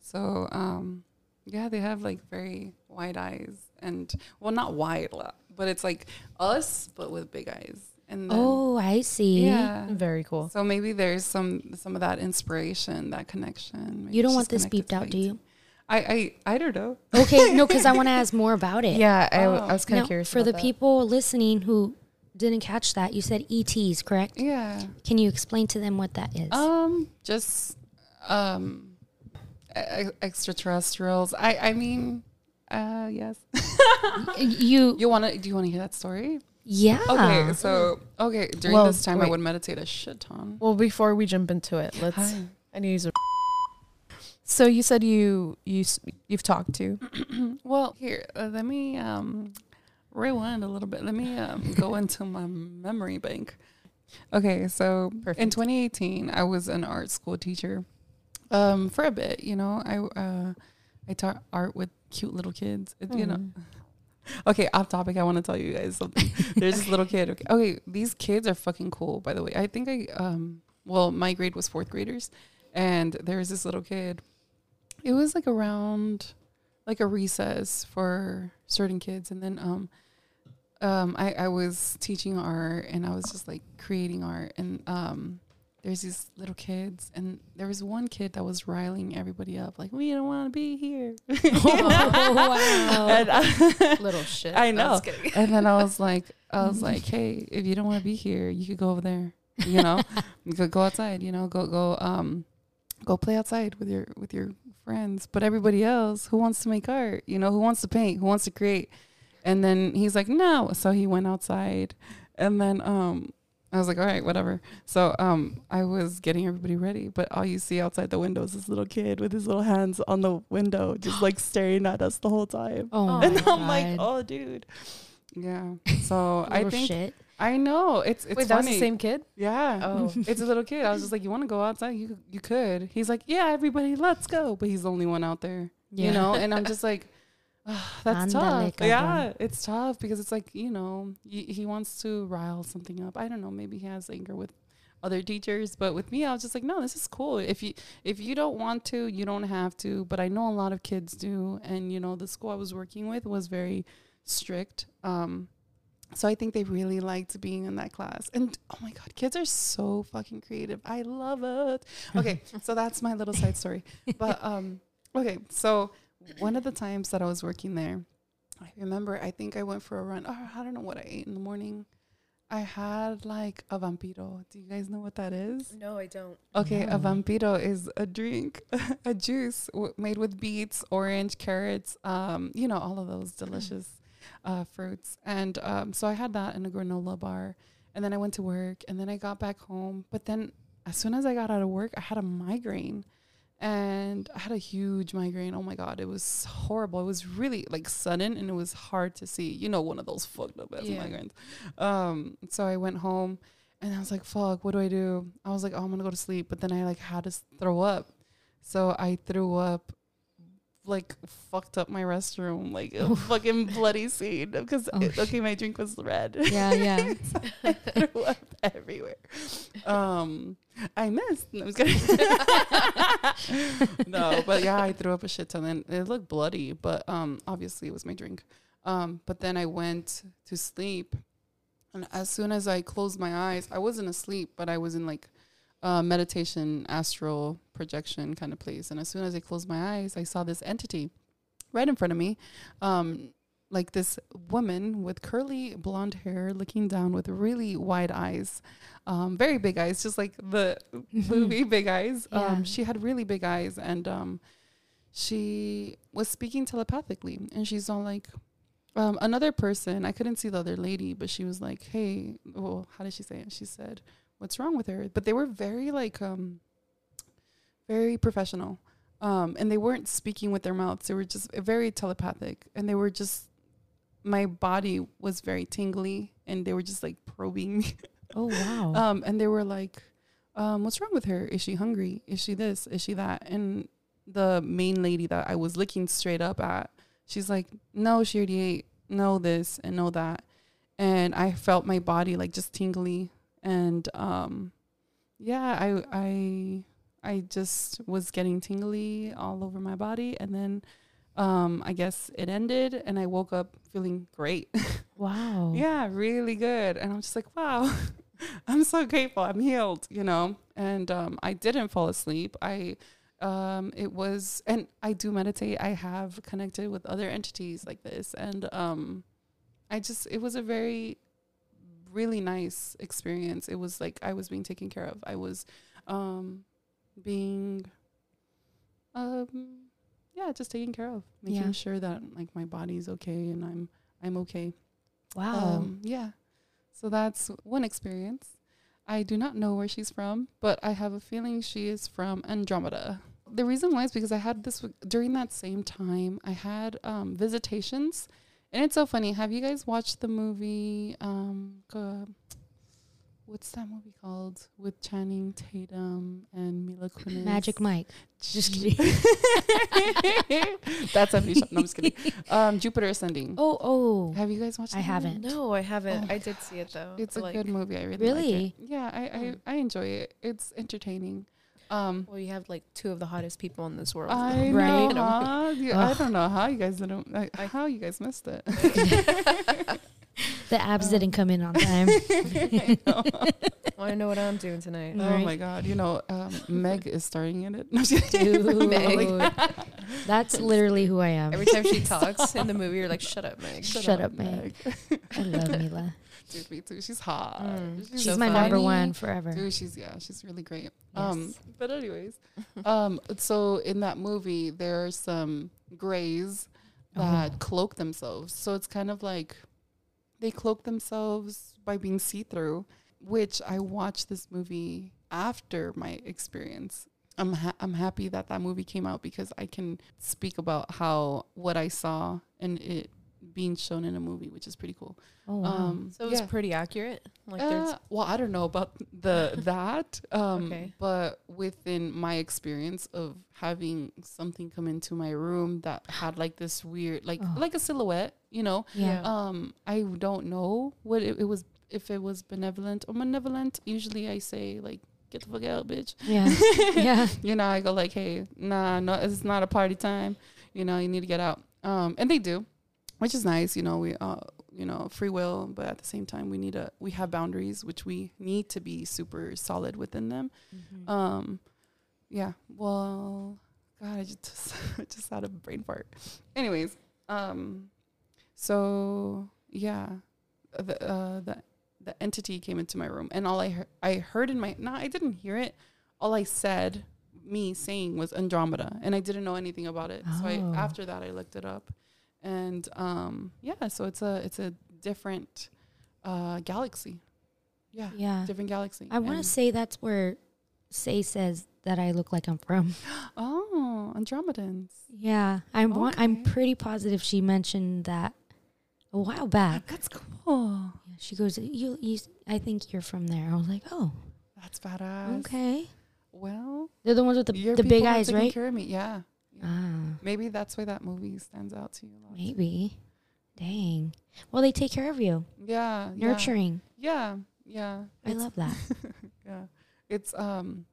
C: so um yeah they have like very wide eyes and well not wide la- but it's like us but with big eyes and then,
A: Oh, I see.
C: yeah
B: Very cool.
C: so maybe there's some some of that inspiration that connection Maybe
A: You don't
C: it's
A: want
C: just
A: this beeped
C: connected to E
A: out, do you? Oh.
C: I, I i don't know
A: Okay, no, because I want to ask more about it.
B: Yeah, I, I was kind of
A: Now,
B: curious
A: for the
B: about that.
A: people listening who didn't catch that, you said ETs, correct?
C: yeah
A: Can you explain to them what that is?
C: Um, just um, e- extraterrestrials. I I mean, uh, yes.
A: you,
C: You wanna? Do you wanna hear that story?
A: yeah.
C: Okay, so okay. During
B: Well,
C: this time, I
B: wait.
C: would meditate a shit ton.
B: Well, before we jump into it, let's. I need to use a. So you said you you s- you've talked to.
C: Well, here, uh, let me um, rewind a little bit. Let me um, go into my memory bank. Okay, so in
B: Perfect.
C: 2018, I was an art school teacher um, for a bit. You know, I uh, I taught art with cute little kids. It, You know, okay. Off topic, I want to tell you guys something. There's this little kid. Okay, okay, these kids are fucking cool. By the way, I think I um, well, my grade was fourth graders, and there was this little kid. It was like around like a recess for certain kids and then um um I, I was teaching art and I was just like creating art and um there's these little kids and there was one kid that was riling everybody up like we don't want to be here
A: wow.
C: and, I,
B: Oh, Little shit.
C: I know. and then I was like I was like hey if you don't want to be here you could go over there you know You could go outside you know go go um go play outside with your with your friends but everybody else who wants to make art you know who wants to paint who wants to create and then he's like no so he went outside and then um I was like, all right, whatever. So um, I was getting everybody ready, but all you see outside the window is this little kid with his little hands on the window, just like staring at us the whole time.
A: Oh, my
C: and
A: God.
C: I'm like, oh, dude. Yeah. So I
A: Little
C: think
A: shit.
C: I know it's it's
B: Wait, that was
C: funny.
B: the same kid.
C: Yeah.
B: Oh.
C: It's a little kid. I was just like, you want to go outside? You you could. He's like, yeah, everybody, let's go. But he's the only one out there,
A: Yeah.
C: you know. And I'm just like, ah, that's
A: Ándale,
C: tough.
A: cabrón.
C: Yeah, it's tough because it's like you know he, he wants to rile something up. I don't know. Maybe he has anger with other teachers, but with me, I was just like, no, this is cool. If you if you don't want to, you don't have to. But I know a lot of kids do, and you know the school I was working with was very strict. Um, so I think they really liked being in that class. And oh my God, kids are so fucking creative. I love it. Okay, so that's my little side story. But um, okay, so one of the times that I was working there, I remember I think I went for a run. Oh, I don't know what I ate in the morning. I had like a vampiro. Do you guys know what that is?
B: No, I don't.
C: Okay,
A: No.
C: a vampiro is a drink, a juice w- made with beets, orange, carrots, um, you know, all of those delicious uh, fruits. And um, so I had that in a granola bar. And then I went to work and then I got back home. But then as soon as I got out of work, I had a migraine. And I had a huge migraine. Oh my God, it was horrible. It was really like sudden and it was hard to see. You know, one of those fucked up ass
B: Yeah.
C: migraines. Um, so I went home and I was like, fuck, what do I do? I was like, oh, I'm gonna go to sleep. But then I like had to s- throw up. So I threw up, like fucked up my restroom, like a fucking bloody scene. Because
A: Oh, shit.
C: okay, my drink was red.
A: Yeah, yeah.
C: So I threw up everywhere. Um, I missed. I was kidding. no, but yeah, I threw up a shit ton, and it looked bloody. But um, obviously, it was my drink. Um, but then I went to sleep, and as soon as I closed my eyes, I wasn't asleep, but I was in like uh, meditation, astral projection kind of place. And as soon as I closed my eyes, I saw this entity right in front of me. Um, like this woman with curly blonde hair looking down with really wide eyes, um, very big eyes, just like the movie Big Eyes.
A: Yeah.
C: Um, she had really big eyes and um, she was speaking telepathically. And she's all like, um, another person, I couldn't see the other lady, but she was like, hey, well, how did she say it? She said, what's wrong with her? But they were very like, um, very professional. Um, and they weren't speaking with their mouths. They were just very telepathic. And they were just, my body was very tingly and they were just like probing me.
D: Oh wow.
C: Um, and they were like, um, "What's wrong with her? Is she hungry? Is she this? Is she that?" And the main lady that I was looking straight up at, she's like, "No, she already ate. No this and no that." And I felt my body like just tingly, and um, yeah, I I I just was getting tingly all over my body, and then. Um, I guess it ended and I woke up feeling great.
D: wow.
C: Yeah, really good. And I'm just like, wow, I'm so grateful. I'm healed, you know. And um, I didn't fall asleep. I, um, it was, and I do meditate. I have connected with other entities like this, and um, I just, it was a very, really nice experience. It was like I was being taken care of. I was, um, being, um, yeah, just taken care of, making
A: Yeah.
C: sure that like my body's okay and I'm, I'm okay.
A: Wow.
C: Um, yeah. So that's one experience. I do not know where she's from, but I have a feeling she is from Andromeda. The reason why is because I had this during that same time, I had um, visitations. And it's so funny. Have you guys watched the movie? Um, uh, what's that movie called? With Channing Tatum and Mila Kunis.
A: Magic Mike. Just kidding.
C: That's a shot. No, I'm just kidding. Um, Jupiter Ascending.
A: Oh, oh.
C: Have you guys watched
A: I
C: that movie?
A: haven't.
B: No, I haven't.
C: Oh
B: I did see it though.
C: It's a
B: Like,
C: good movie. I really, Like
A: Really? Hmm.
C: it. Yeah, I, I I enjoy it. It's entertaining. Um,
B: Well, you have like two of the hottest people in this world.
C: I
A: Right?
C: know, huh? You- I
A: Ugh.
C: don't know how you guys didn't. Like, how you guys missed it?
A: The abs
C: Oh.
A: didn't come in on time.
B: I know what I'm doing tonight.
A: No.
C: Oh
A: Right.
C: my god! You know, um, Meg is starting in it. No, she-
A: Dude. That's literally who I am.
B: Every time she talks in the movie, you're like, "Shut up, Meg."
A: Shut, up, Meg. I love Mila.
C: Dude, me too. She's hot.
B: Mm.
A: She's
B: So
A: my number
C: funny.
A: one forever.
C: Dude, she's yeah, she's really great. Um,
A: Yes.
C: but anyways, um, so in that movie, there are some grays that cloak themselves. So it's kind of like they cloak themselves by being see through. Which I watched this movie after my experience. I'm ha- I'm happy that that movie came out because I can speak about how what I saw and it being shown in a movie, which is pretty cool.
A: Oh, wow.
C: Um,
B: So it was
C: yeah.
B: pretty accurate. Like, there's
C: Uh, well, I don't know about the that, um,
B: Okay.
C: but within my experience of having something come into my room that had like this weird, like
A: Oh.
C: like a silhouette, you know.
A: yeah.
C: Um, I don't know what it, it was if it was benevolent or malevolent. Usually, I say like, "Get the fuck out, bitch."
A: Yeah. yeah.
C: you know, I go like, hey, nah, no, it's not a party time. You know, you need to get out. Um, and they do, which is nice. You know, we, uh, you know, free will, but at the same time, we need a, we have boundaries, which we need to be super solid within them. Um, yeah. Well, God, I just, I just had a brain fart. Anyways, um, so yeah, the uh, the the entity came into my room, and all I heard, I heard in my no, I didn't hear it. All I said, me saying, was Andromeda, and I didn't know anything about it. So I,
A: Oh.
C: after that, I looked it up, and um, yeah, so it's a it's a different uh, galaxy. Yeah,
A: Yeah.
C: different galaxy.
A: I want to
C: And-
A: say that's where Say says that I look like I'm from.
C: oh, Andromedans.
A: Yeah. I want I'm
C: Okay.
A: pretty positive she mentioned that a while back.
C: Oh, That's cool.
A: Yeah, She goes, "You you I think you're from there." I was like, "Oh,
C: That's badass.
A: okay."
C: Well,
A: They're the ones with the,
C: your
A: the big
C: people are
A: eyes,
C: taking
A: right?
C: Care of me. Yeah.
A: Ah,
C: Maybe that's why that movie stands out to you. lots.
A: maybe. Dang. Well, they take care of you.
C: Yeah. yeah.
A: Nurturing.
C: Yeah. Yeah.
A: I love that.
C: yeah it's um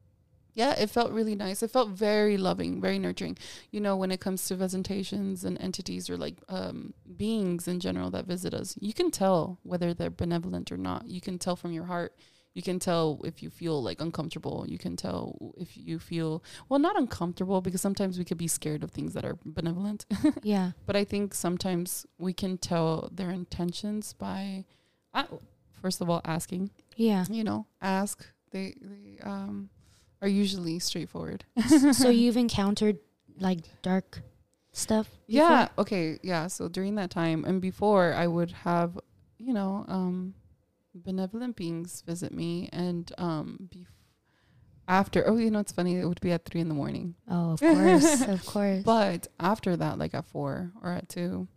C: yeah it felt really nice it felt very loving very nurturing you know when it comes to visitations and entities or like um beings in general that visit us you can tell whether they're benevolent or not you can tell from your heart you can tell if you feel like uncomfortable you can tell if you feel well not uncomfortable because sometimes we could be scared of things that are benevolent
A: yeah.
C: but I think sometimes we can tell their intentions by, uh, first of all, asking.
A: Yeah.
C: You know, ask. They they um are usually straightforward.
A: so you've encountered like dark stuff? before?
C: Yeah. Okay. Yeah. So during that time and before, I would have, you know, um, benevolent beings visit me, and um, bef- after. Oh, you know, it's funny. It would be at three in the morning.
A: Oh, of course. of course.
C: But after that, like at four or at two,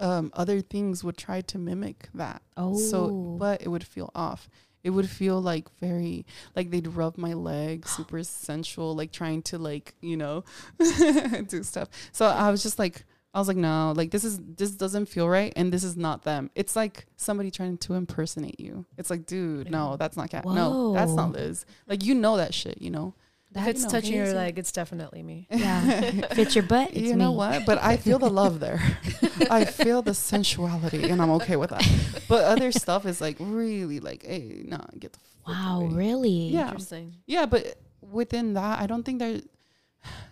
C: um, other things would try to mimic that.
A: oh.
C: So, but it would feel off. It would feel like very like they'd rub my leg, super sensual, like trying to like you know do stuff. So I was just like, I was like, no, like this is this doesn't feel right, and this is not them. It's like somebody trying to impersonate you. It's like, dude, no, that's not cat. No, that's not
A: Whoa.
C: Liz. Like you know that shit, you know.
A: That-
B: if it's
C: know.
B: touching your
A: Amazing.
B: leg, it's definitely me.
A: yeah. Fits your butt. It's
C: you know
A: me.
C: what? But I feel the love there. I feel the sensuality, and I'm okay with that. But other stuff is like really like, hey, no, get the fuck
A: Wow,
C: away.
A: really?
C: Yeah.
B: Interesting.
C: Yeah, but within that, I don't think there.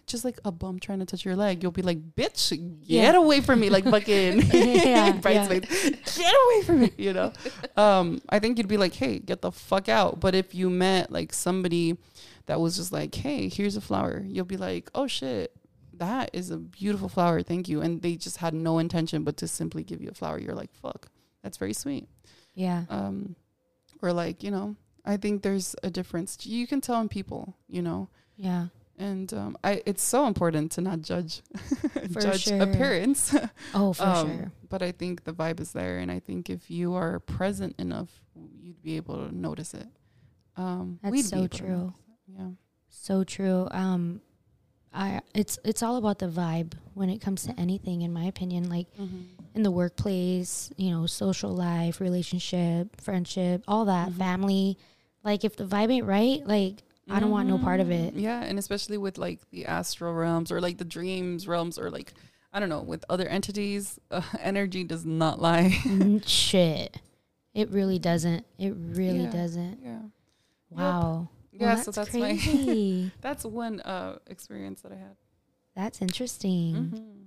C: Just like a bum trying to touch your leg, you'll be like, "Bitch, get
A: Yeah.
C: away from me!" Like fucking
A: Yeah,
C: bridesmaid, get away from me. You know, um, I think you'd be like, "Hey, get the fuck out." But if you met like somebody that was just like, "Hey, here's a flower," you'll be like, "Oh shit, that is a beautiful flower, thank you." And they just had no intention but to simply give you a flower. You're like, "Fuck, that's very sweet."
A: Yeah.
C: um, or like you know i think there's a difference you can tell in people you know
A: Yeah.
C: and um, I, it's so important to not judge
A: For
C: judge
A: sure.
C: appearance
A: Oh, for
C: Um,
A: sure.
C: but i think the vibe is there and i think if you are present enough you'd be able to notice it um,
A: That's
C: we'd be
A: so
C: able to
A: true.
C: notice
A: So true. Um I it's it's all about the vibe when it comes to anything in my opinion like
C: it. yeah
A: in the workplace, you know, social life, relationship, friendship, all that,
C: Mhm.
A: family. Like if the vibe ain't right, like I don't want no part of it.
C: Mm-hmm. yeah and especially with like the astral realms or like the dreams realms or like i don't know with other entities uh, energy does not lie
A: mm, shit. It really doesn't. It really
C: Yeah.
A: doesn't.
C: yeah
A: Wow.
C: yeah
A: Well,
C: so that's my
A: crazy.
C: That's one uh, experience that I had.
A: that's interesting.
C: Mm-hmm.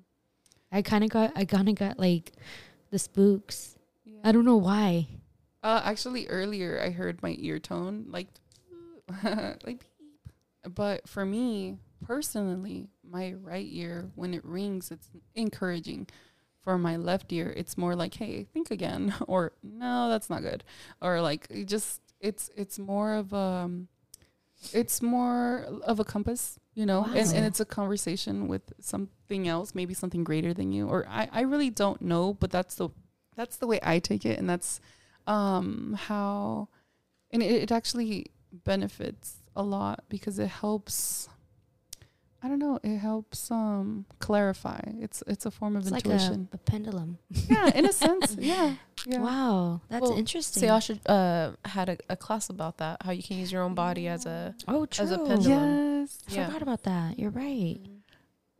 A: I kind of got I kind of got like the spooks.
C: Yeah.
A: I don't know why.
C: Uh, actually, earlier I heard my ear tone like, like beep. But for me personally, my right ear when it rings, it's encouraging. For my left ear, it's more like, "Hey, think again," or "No, that's not good," or like, it just it's it's more of um, it's more of a compass, you know, and, and
A: Wow.
C: it's a conversation with something else, maybe something greater than you, or I I really don't know, but that's the that's the way I take it, and that's um, how, and it, it actually benefits a lot because it helps. I don't know. It helps um, clarify. It's it's a form of
A: It's like a,
C: intuition.
A: a pendulum.
C: yeah, in a sense. Yeah. yeah.
A: Wow, that's
B: Well,
A: interesting.
B: Sayasha uh, had a, a class about that, how you can use your own body as a
A: oh, true.
B: as a pendulum.
C: Yes.
A: I forgot about that. You're right.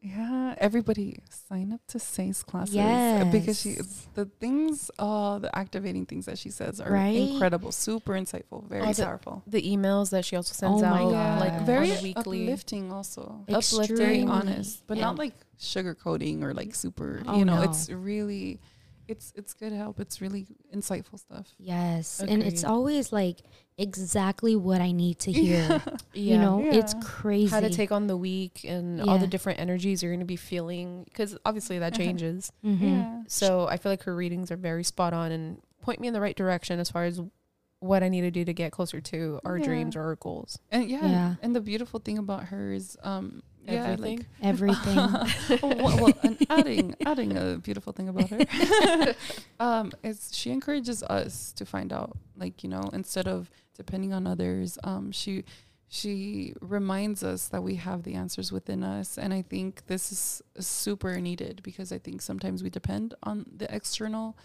C: Yeah. Everybody sign up to Say's classes uh, because she
A: Yes.
C: the things, uh, the activating things that she says are
A: Right?
C: incredible, super insightful, very
B: Oh, the-
C: powerful.
B: The emails that she also sends
A: Oh my
B: out,
A: God.
B: like
A: Yeah.
B: very
C: very
B: on a weekly.
C: uplifting also.
B: uplifting,
C: very
A: Extremely.
C: honest, but not
A: Mm-hmm. Yeah.
C: like sugarcoating or like super.
A: Oh,
C: you
A: no.
C: know, it's really, it's it's good help. It's really insightful stuff.
A: Yes, and it's
B: Agreed.
A: always like exactly what I need to hear.
B: Yeah.
A: You know, it's
C: Yeah.
A: crazy.
B: how to take on the week and all the
A: Yeah.
B: different energies you're going to be feeling because obviously that
C: Mhm.
B: changes.
A: Mhm.
B: So I feel like her readings are very spot on and point me in the right direction as far as what I need to do to get closer to our
C: Yeah.
B: dreams or our goals.
C: and yeah,
A: Yeah.
C: and the beautiful thing about her is, um, yeah,
B: Everything.
C: like-
A: everything.
C: well, well, and adding adding a beautiful thing about her, um, is she encourages us to find out, like you know, instead of depending on others, um, she. she reminds us that we have the answers within us. And I think this is super needed because I think sometimes we depend on the external.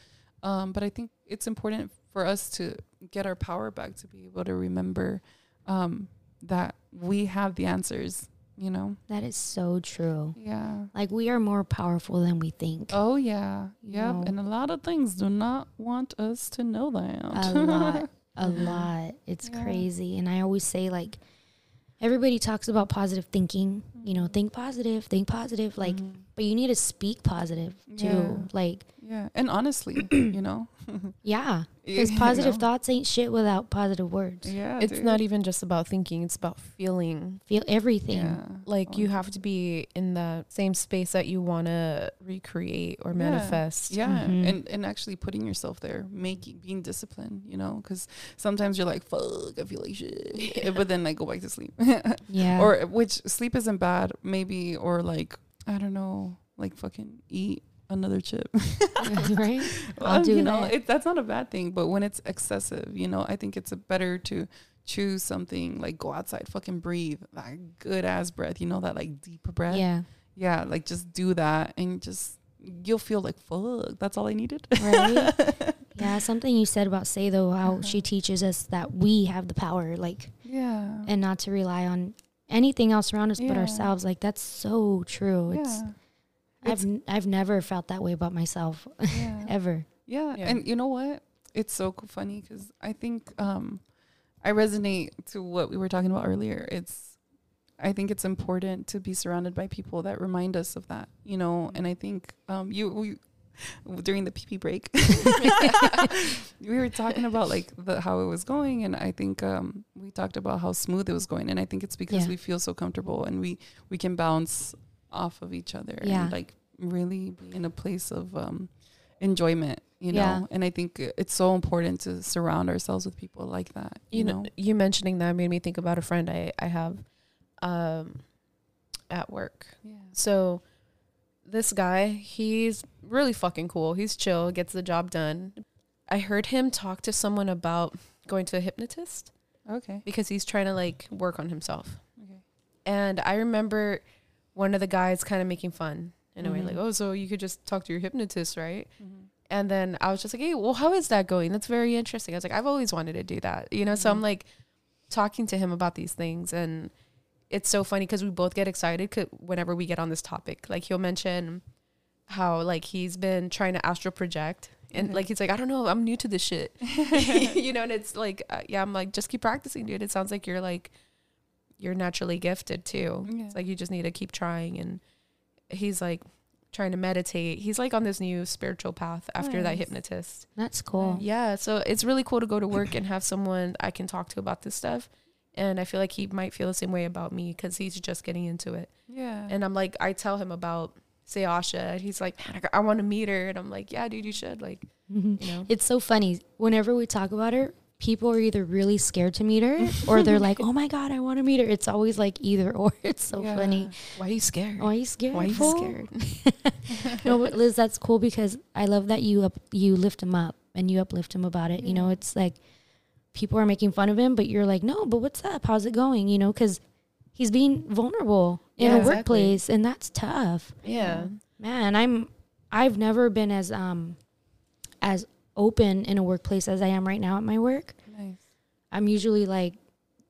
C: Um, but I think it's important for us to get our power back to be able to remember um, that we have the answers, you know?
A: That is so true.
C: Yeah.
A: Like we are more powerful than we think.
C: Oh, yeah. Yep.
A: No.
C: And a lot of things do not want us to know that.
A: A lot. A lot. It's
C: Yeah.
A: crazy. And I always say like everybody talks about positive thinking, you know, think positive, think positive, like
C: Mhm.
A: but you need to speak positive too.
C: Yeah.
A: Like
C: Yeah. And honestly, you know?
A: yeah,
C: You
A: cuz positive
C: know?
A: thoughts ain't shit without positive words.
C: Yeah.
B: it's
C: dude.
B: not even just about thinking, it's about feeling.
A: Feel everything.
C: Yeah.
B: Like you
C: Oh,
B: have to be in the same space that you want to recreate or manifest.
C: Yeah,
A: Mhm.
C: and and actually putting yourself there, making being disciplined, you know, because sometimes you're like, "Fuck, I feel like shit," but then like go back to sleep,
A: Yeah.
C: or which sleep isn't bad, maybe, or like I don't know, like fucking eat another chip.
A: right? I'll
C: Um,
A: do
C: you know,
A: that.
C: It, that's not a bad thing, but when it's excessive, you know, I think it's a better to choose something like go outside, fucking breathe, that good ass breath, you know, that like deep breath.
A: Yeah.
C: yeah, like just do that and just you'll feel like fuck, that's all I needed.
A: Right? yeah, something you said about say though how she teaches us that we have the power like
C: Yeah.
A: and not to rely on anything else around us but
C: Yeah.
A: ourselves. Like that's so true. It's
C: yeah.
A: I've n- I've never felt that way about myself
C: yeah.
A: ever.
C: Yeah.
B: Yeah.
C: And you know what? It's so co- funny because I think um, I resonate to what we were talking about earlier. It's, I think it's important to be surrounded by people that remind us of that, you
A: Mm-hmm.
C: know? And I think um, you, we, during the PP break, we were talking about like the, how it was going. And I think um, we talked about how smooth it was going. And I think it's because
A: Yeah.
C: we feel so comfortable and we, we can bounce off of each other
A: Yeah.
C: and like really be in a place of, um, enjoyment you know
A: Yeah.
C: and i think it's so important to surround ourselves with people like that
B: you know, you mentioning that made me think about a friend I, I have um, at work.
C: yeah
B: So this guy, he's really fucking cool. He's chill, gets the job done. I heard him talk to someone about going to a hypnotist
C: okay
B: because he's trying to like work on himself.
C: okay
B: And I remember one of the guys kind of making fun in a way,
C: Mhm.
B: like, oh, so you could just talk to your hypnotist, right?
C: Mm-hmm.
B: And then I was just like, hey, well, how is that going? That's very interesting. I was like, I've always wanted to do that, you know? So I'm
C: Mhm.
B: like talking to him about these things. And it's so funny because we both get excited 'cause- whenever we get on this topic. Like, he'll mention how, like, he's been trying to astral project. And
C: Okay.
B: like he's like, I don't know, I'm new to this shit, you know. And it's like, uh, yeah, I'm like, just keep practicing, dude. It sounds like you're like, you're naturally gifted too.
C: Yeah.
B: It's like you just need to keep trying. And he's like trying to meditate. He's like on this new spiritual path after that
C: Nice.
B: hypnotist.
A: That's cool.
B: Yeah. So it's really cool to go to work and have someone I can talk to about this stuff. And I feel like he might feel the same way about me because he's just getting into it.
C: yeah
B: And I'm like, I tell him about Sayasha and he's like, man, I, want to meet her. And I'm like, yeah, dude, you should. Like,
A: Mhm.
B: you know.
A: It's so funny. Whenever we talk about her, people are either really scared to meet her or they're like, "Oh my god, I want to meet her." It's always like either or. It's so
C: Yeah.
A: funny.
B: Why are you scared?
A: Why are you scared?
B: Why are you
A: fool?
B: scared?
A: no, but Liz, that's cool because I love that you up you lift him up and you uplift him about it. You know, it's like people are making fun of him, but you're like, no, but what's up? How's it going? You know, because he's being vulnerable in
B: Yeah,
A: a
B: exactly.
A: workplace, and that's tough.
B: Yeah.
A: Man, I'm I've never been as um as open in a workplace as I am right now at my work.
C: nice
A: I'm usually like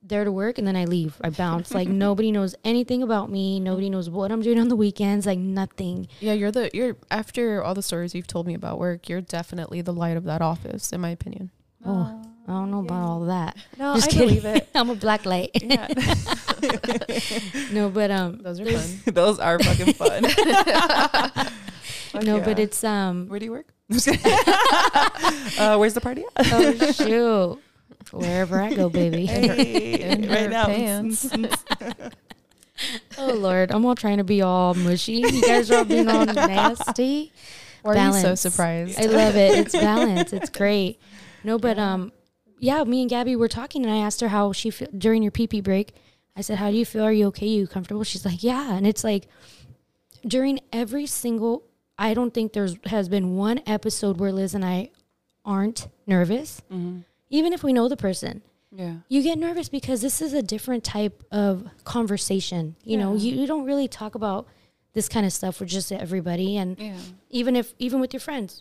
A: there to work and then I leave. I bounce. like nobody knows anything about me. Nobody knows what I'm doing on the weekends. Like nothing.
B: Yeah. You're the, you're, after all the stories you've told me about work, you're definitely the light of that office, in my opinion.
A: Oh, I don't know about all that.
B: No,
A: Just kidding. I'm a black light.
C: yeah
A: no, but um
B: Those are fun.
C: those are fucking fun
A: no, but
C: yeah.
A: it's um
C: where do you work uh, where's the party at?
A: oh shoot. Wherever I go, baby.
B: in her
C: right now
B: pants.
A: Oh Lord, I'm all trying to be all mushy. You guys are all being all nasty.
B: Why are you so
A: Balance.
B: surprised?
A: I love it. It's balance. It's great. No, but um, yeah, me and Gabby were talking, and I asked her how she feel during your pee pee break. I said, "How do you feel? Are you okay? You comfortable?" She's like, "Yeah." And it's like during every single. I don't think there's has been Mm-hmm. one episode where Liz and I aren't nervous, even if we know the person.
C: Yeah.
A: you get nervous because this is a different type of conversation. You know,
C: Yeah.
A: you, you don't really talk about this kind of stuff with just everybody, and
C: Yeah.
A: even if even with your friends.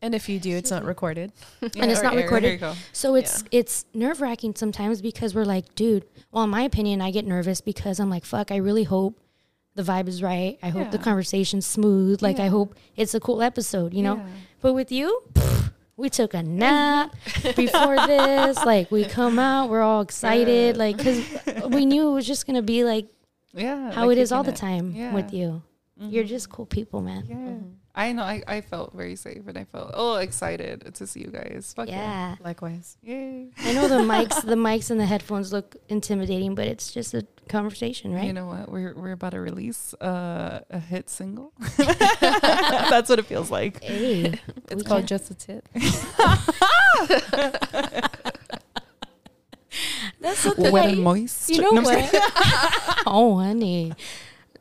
B: And if you do, it's not recorded.
A: And it's
B: Or
A: not
B: aired.
A: recorded.
C: There you go.
A: So it's it's nerve wracking sometimes because we're like, dude. Well, in my opinion, I get nervous because I'm like, fuck. I really hope the vibe is right. I hope the
C: Yeah.
A: conversation's smooth. Like, I
C: Yeah.
A: hope it's a cool episode. You know.
C: Yeah.
A: But with you, pff, we took a nap before this. Like we come out, we're all excited, like because we knew it was just gonna be like
C: Yeah.
A: how
C: like
A: it is all the
C: kicking
A: time
C: Yeah. Mm-hmm.
A: with you. You're just cool people, man.
C: Yeah. Mm-hmm. I know. I, I felt very safe and I felt oh excited to see you guys. Fuck yeah.
A: Yeah,
D: Likewise.
C: Yay.
A: I know the mics, the mics and the headphones look intimidating, but it's just a conversation, right?
C: You know what? We're we're about to release uh, a hit single. That's what it feels like.
A: hey, we
B: It's called
A: can-
B: just a tip.
A: that's something.
C: Wet
A: I,
C: and moist.
A: you know
C: No, I'm
A: what? oh, honey,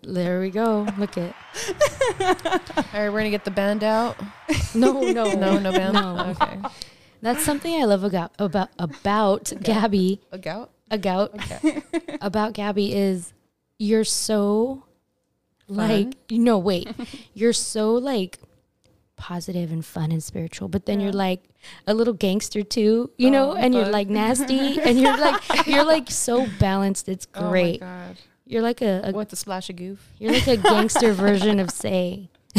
A: there we go. Look at
B: All right, we're gonna get the band out.
A: no, no,
B: No, no band.
A: No.
B: Okay.
A: That's something I love about about about Gabby.
B: A gout.
A: a gout
B: Okay.
A: about Gabby is you're so like no wait you're so like positive and fun and spiritual but then you're like a little gangster too you know
C: Oh,
A: and you're
C: fuck.
A: like nasty and you're like you're like so balanced it's
C: Oh my
A: great
C: God.
A: you're like a, a
B: With the splash of goof.
A: you're like a gangster version of say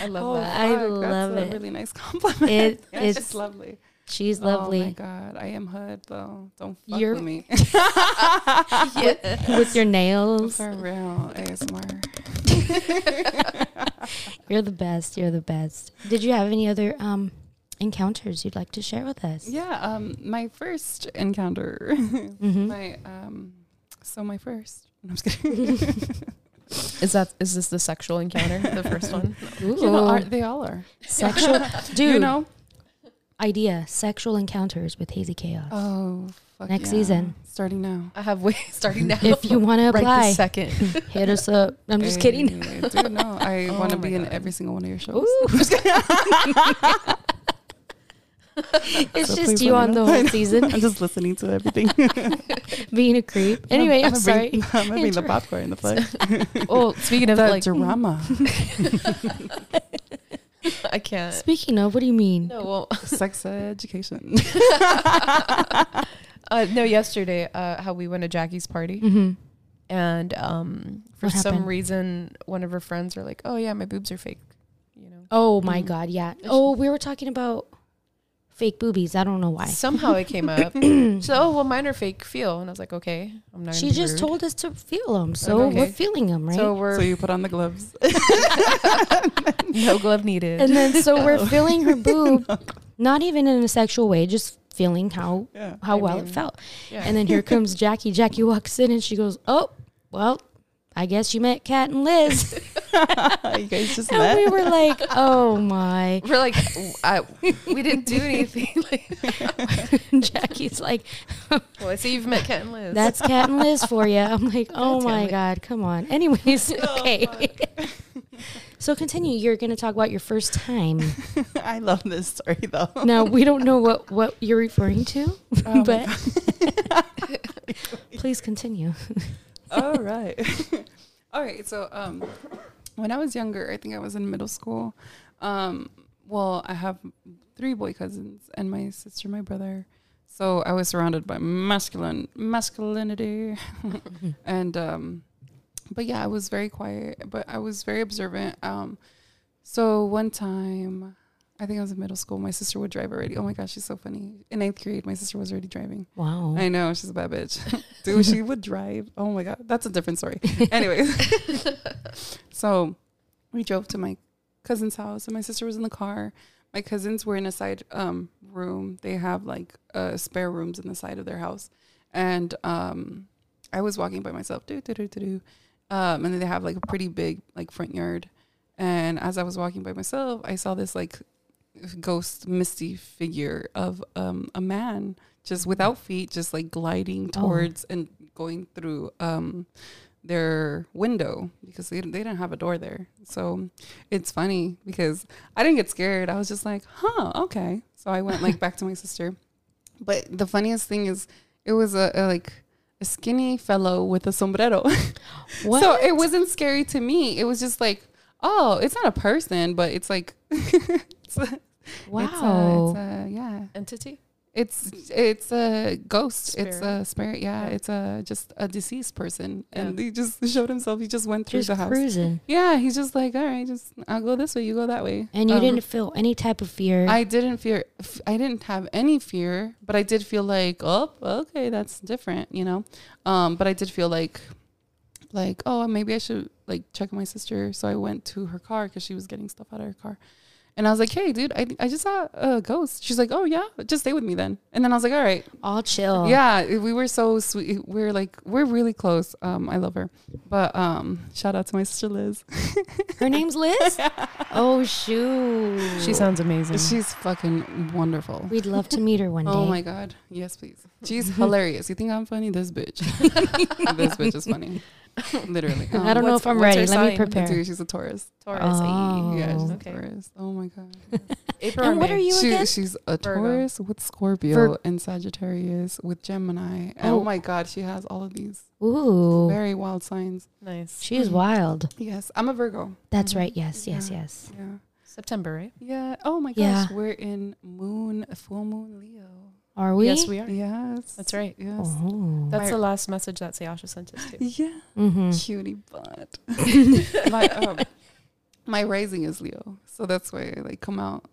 B: I love
A: Oh,
B: that.
A: I
C: fuck,
A: love
C: that's
A: it.
C: a really nice compliment.
A: It-
C: yeah, it's
A: it's
C: just lovely.
A: she's
C: Oh my
A: lovely
C: god, I am hood though. Don't fuck
A: You're-
C: with me.
A: with your nails
C: For real, ASMR.
A: you're the best you're the best did you have any other um encounters you'd like to share with us
C: Yeah, um, my first encounter.
A: Mm-hmm.
C: my um, so my first. No, I'm just kidding.
B: Is that is this the sexual encounter? The first one.
A: Ooh,
C: You know, are, they all are.
A: sexual dude
C: You know.
A: idea sexual encounters with hazy chaos
C: Oh, fuck
A: Next
C: yeah.
A: season.
C: starting now.
B: I have way starting now.
A: if you want to
B: right
A: apply
B: this second.
A: hit us up i'm just kidding
C: Hey, dude, no, I
B: Oh
C: want to
B: my
C: be in
B: God.
C: every single one of your shows.
A: it's
C: So
A: just
C: please
A: you
C: let
A: on
C: me
A: the
C: know.
A: whole season
C: I'm just listening to everything.
A: being a creep anyway i'm,
C: gonna
A: sorry
C: Bring, I'm gonna bring the popcorn, the plug,
B: Well, speaking of
C: the
A: hmm.
B: like,
C: drama,
B: I can't.
A: speaking of what do you mean
B: No, well,
C: sex education.
B: uh, no. Yesterday, uh, how we went to Jackie's party,
A: hmm
B: and um, for
A: What
B: some
A: happened?
B: reason, one of her friends were like, "Oh yeah, my boobs are fake," you know.
A: oh my
C: Mm.
A: god yeah oh we were talking about fake boobies i don't know why
B: Somehow it came up. so, oh well, mine are fake. Feel, and I was like, okay, I'm not.
A: she
B: gonna be
A: just
B: rude."
A: told us to feel them so
B: Okay.
A: we're feeling them right
B: So
C: so
B: we're
C: you put on the gloves.
B: no glove needed.
A: and then so we're feeling her boob not even in a sexual way just feeling how
C: Yeah.
A: how
B: I
A: well it
B: mean,
A: felt
B: yeah.
A: And then here comes Jackie. Jackie walks in and she goes, Oh, well, I guess you met Kat and Liz.
C: you guys just
A: and we were like, Oh my.
B: we're like, I, we didn't do anything. like,
A: And Jackie's like,
B: well, I see you've met Kat and Liz.
A: That's Kat and Liz for you. I'm like, Oh
B: Goddamn
A: my
B: it. Oh
A: God, come on. Anyways, okay. so continue. You're going to talk about your first time.
C: I love this story though.
A: Now, we don't know what, what you're referring to,
C: Oh,
A: but please continue.
C: All Oh, right. All right. So, um, when I was younger, I think I was in middle school. Um, well, I have three boy cousins and my sister, my brother. So I was surrounded by masculine masculinity, and um, but yeah, I was very quiet, but I was very observant. Um, so one time, I think I was in middle school. My sister would drive already. Oh my gosh, she's so funny. In eighth grade, my sister was already driving.
A: Wow.
C: I know she's a bad bitch, dude. She would drive. Oh my god, that's a different story. Anyways, so we drove to my cousin's house, and my sister was in the car. My cousins were in a side um, room. They have like uh, spare rooms in the side of their house, and um, I was walking by myself. Do do do do do. Um, and then they have like a pretty big like front yard. And as I was walking by myself, I saw this like ghost misty figure of um, a man just without feet, just like gliding
A: Oh.
C: towards and going through um, their window because they, they didn't have a door there. So it's funny because I didn't get scared. I was just like, huh, okay. So I went like back to my sister But the funniest thing is, it was a, a like a skinny fellow with a sombrero.
B: What?
C: so it wasn't scary to me. It was just like, oh, it's not a person, but it's like, it's a,
A: Wow.
C: it's uh, a, it's a, yeah,
B: entity.
C: it's it's a ghost. It's
B: Spirit.
C: a spirit. Yeah,
B: Yeah.
C: it's a just a deceased person, and he just showed himself. He just went through
A: just
C: the house.
A: cruising.
C: Yeah, he's just like, all right, just I'll go this way, you go that way.
A: And you
C: Um,
A: didn't feel any type of fear.
C: I didn't fear. f- I didn't have any fear, but I did feel like, oh, okay, that's different, you know. Um, but I did feel like, like, oh, maybe I should like check on my sister. So I went to her car because she was getting stuff out of her car, and I was like, hey, dude, I I just saw a ghost. She's like, oh yeah, just stay with me then. And then I was like, all right,
A: all chill.
C: yeah, i- we were so sweet. We're like we're really close. Um, I love her, but um, shout out to my sister Liz.
A: Her name's Liz? oh, shoot.
B: She sounds amazing.
C: She's fucking wonderful.
A: We'd love to meet her one day.
C: Oh my god, yes, please. She's hilarious. You think I'm funny? This bitch. this bitch is funny. Literally. Um,
A: I don't know
B: What's-
A: if I'm
B: what's
A: ready.
B: her
A: Let me
B: sign?
A: prepare.
C: Dude, she's a Taurus.
B: Taurus. E,
A: Oh.
C: Yeah, she's
B: Okay.
C: a Taurus. Oh my god.
B: April
A: And
B: or
A: what
B: May?
A: are you
C: She-
A: again?
C: she's a
B: Virgo.
C: Taurus with Scorpio
A: Vir-
C: and Sagittarius with Gemini.
A: Oh.
C: Oh my god, she has all of these
A: Ooh,
C: very wild signs.
B: Nice.
A: she is wild.
C: Yes, I'm a Virgo.
A: That's
B: Mhm.
A: right. Yes, yes,
C: Yeah.
A: yes.
C: Yeah.
B: September, right?
C: Yeah. Oh my
A: Yeah.
C: gosh, we're in moon full moon Leo.
A: Are we?
B: Yes, we are.
C: Yes.
B: That's right.
C: Yes.
A: Oh.
B: That's
C: My-
B: the last message that Sayasha sent us to.
C: Yeah.
A: hmm
C: Cutie butt. my um, my rising is Leo, so that's why I like come out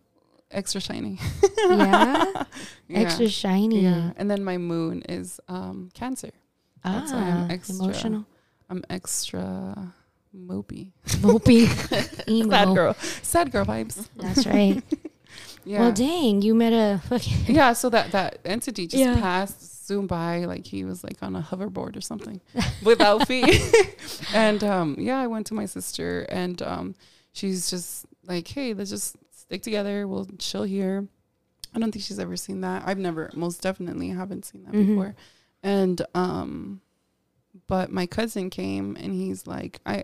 C: extra shiny.
A: yeah?
C: Yeah.
A: extra shiny.
C: Yeah. And then my moon is um Cancer. That's why
A: Ah,
C: I'm extra.
A: emotional.
C: I'm extra mopey.
A: Mopey. Emo.
C: Sad girl. Sad girl vibes.
A: That's right.
C: Yeah.
A: Well, dang, you met a fucking.
C: yeah, so that that entity just
A: Yeah.
C: passed zoomed by like he was like on a hoverboard or something without feet. and um yeah, I went to my sister and um she's just like, "Hey, let's just stick together. We'll chill here." I don't think she's ever seen that. I've never most definitely haven't seen that
A: Mhm.
C: before. And um but my cousin came and he's like, "I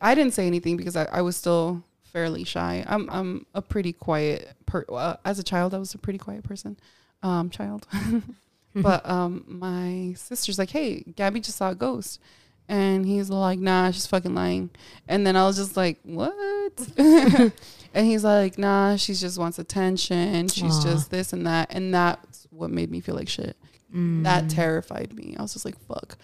C: I didn't say anything because I, I was still fairly shy. I'm I'm a pretty quiet per uh, as a child I was a pretty quiet person. Um child. but um my sister's like, "Hey, Gabby just saw a ghost." And he's like, "Nah, she's fucking lying." And then I was just like, "What?" and he's like, "Nah, she just wants attention. She's
A: Aw.
C: just this and that." And that's what made me feel like shit.
A: Mm.
C: That terrified me. I was just like, fuck.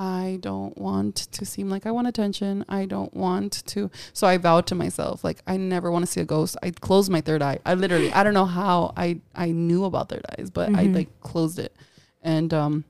C: I don't want to seem like I want attention. I don't want to. So I vowed to myself, like, I never want to see a ghost. I closed my third eye. I literally, I don't know how I, I knew about third eyes, but I
A: Mhm.
C: like closed it. And um,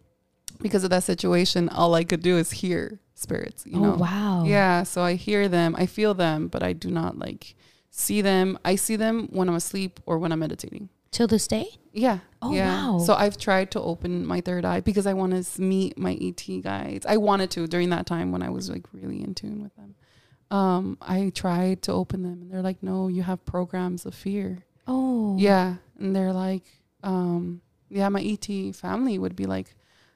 C: because of that situation, all I could do is hear spirits, you
A: oh
C: know?
A: wow.
C: Yeah, so I hear them, I feel them, but I do not like see them. I see them when I'm asleep or when I'm meditating.
A: Till this day.
C: Yeah.
A: Oh,
C: yeah.
A: wow.
C: So I've tried to open my third eye because I want to meet my ET guides. I wanted to during that time when I was like really in tune with them. Um, I tried to open them, and they're like, "No, you have programs of fear."
A: Oh.
C: Yeah, and they're like, um, "Yeah, my ET family would be like."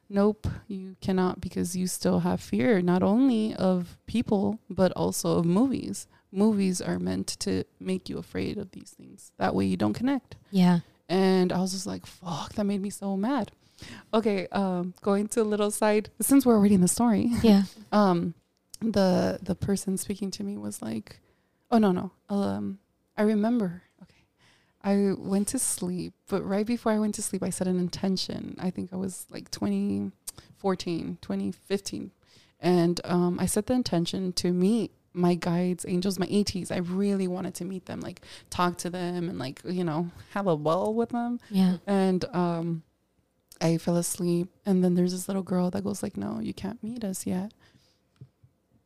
C: Nope, you cannot because you still have fear not only of people but also of movies. Movies are meant to make you afraid of these things. That way you don't connect
A: Yeah.
C: and I was just like, "Fuck!" That made me so mad. Okay, um, going to a little side. Since we're already in the story,
A: Yeah.
C: um, the the person speaking to me was like, "Oh no, no, um, I remember." Okay, I went to sleep, but right before I went to sleep, I set an intention. I think I was like 2014, 2015, and um, I set the intention to meet my guides, angels, my ETs. I really wanted to meet them, like talk to them, and like you know have a ball with them
A: Yeah.
C: and um i fell asleep and then there's this little girl that goes like no you can't meet us yet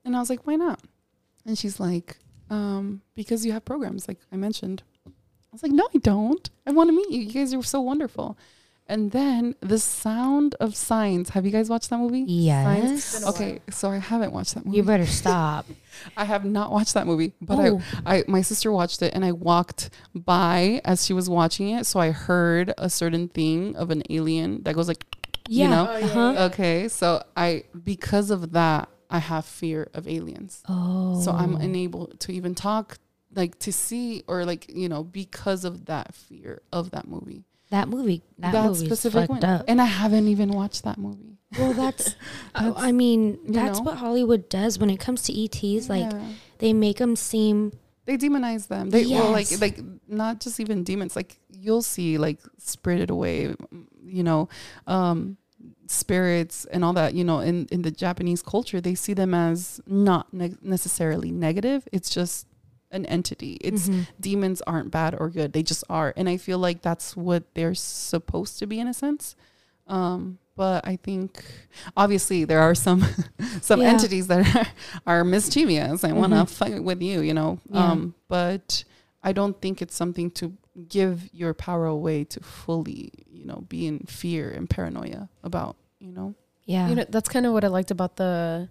C: and i was like why not and she's like um because you have programs like i mentioned i was like no i don't i want to meet you you guys are so wonderful and then the sound of signs have you guys watched that movie
A: Yes.
B: Been a
C: okay so i haven't watched that movie
A: You better stop.
C: i have not watched that movie but i
A: oh.
C: I my sister watched it and I walked by as she was watching it, so I heard a certain thing of an alien that goes like,
A: yeah.
C: you know,
B: Oh, yeah,
A: uh-huh.
B: yeah.
C: okay. So I because of that I have fear of aliens,
A: Oh.
C: Uh, so I'm unable to even talk, like to see or like you know because of that fear of that movie.
A: That movie, that,
C: that
A: movie's
C: specific
A: fucked
C: one.
A: up.
C: And I haven't even watched that movie.
A: well, that's,
C: That's-
A: I mean,
C: you
A: that's
C: know?
A: what Hollywood does when it comes to ETs. Like
C: Yeah.
A: they make them seem
C: they demonize them. They well, like
A: Yes.
C: like not just even demons. Like you'll see like spirited away, mm, you know, um, spirits and all that. You know, in in the Japanese culture, they see them as not ne- necessarily negative. It's just an entity. It's
A: Mhm.
C: demons aren't bad or good. They just are. And I feel like that's what they're supposed to be in a sense. Um, but I think obviously there are some some
A: Yeah.
C: entities that are, are mischievous and want
A: Mhm.
C: to fuck with you, you know.
A: Yeah.
C: Um, but I don't think it's something to give your power away to fully, you know, be in fear and paranoia about, you know.
A: yeah.
B: You know, that's kind of what I liked about the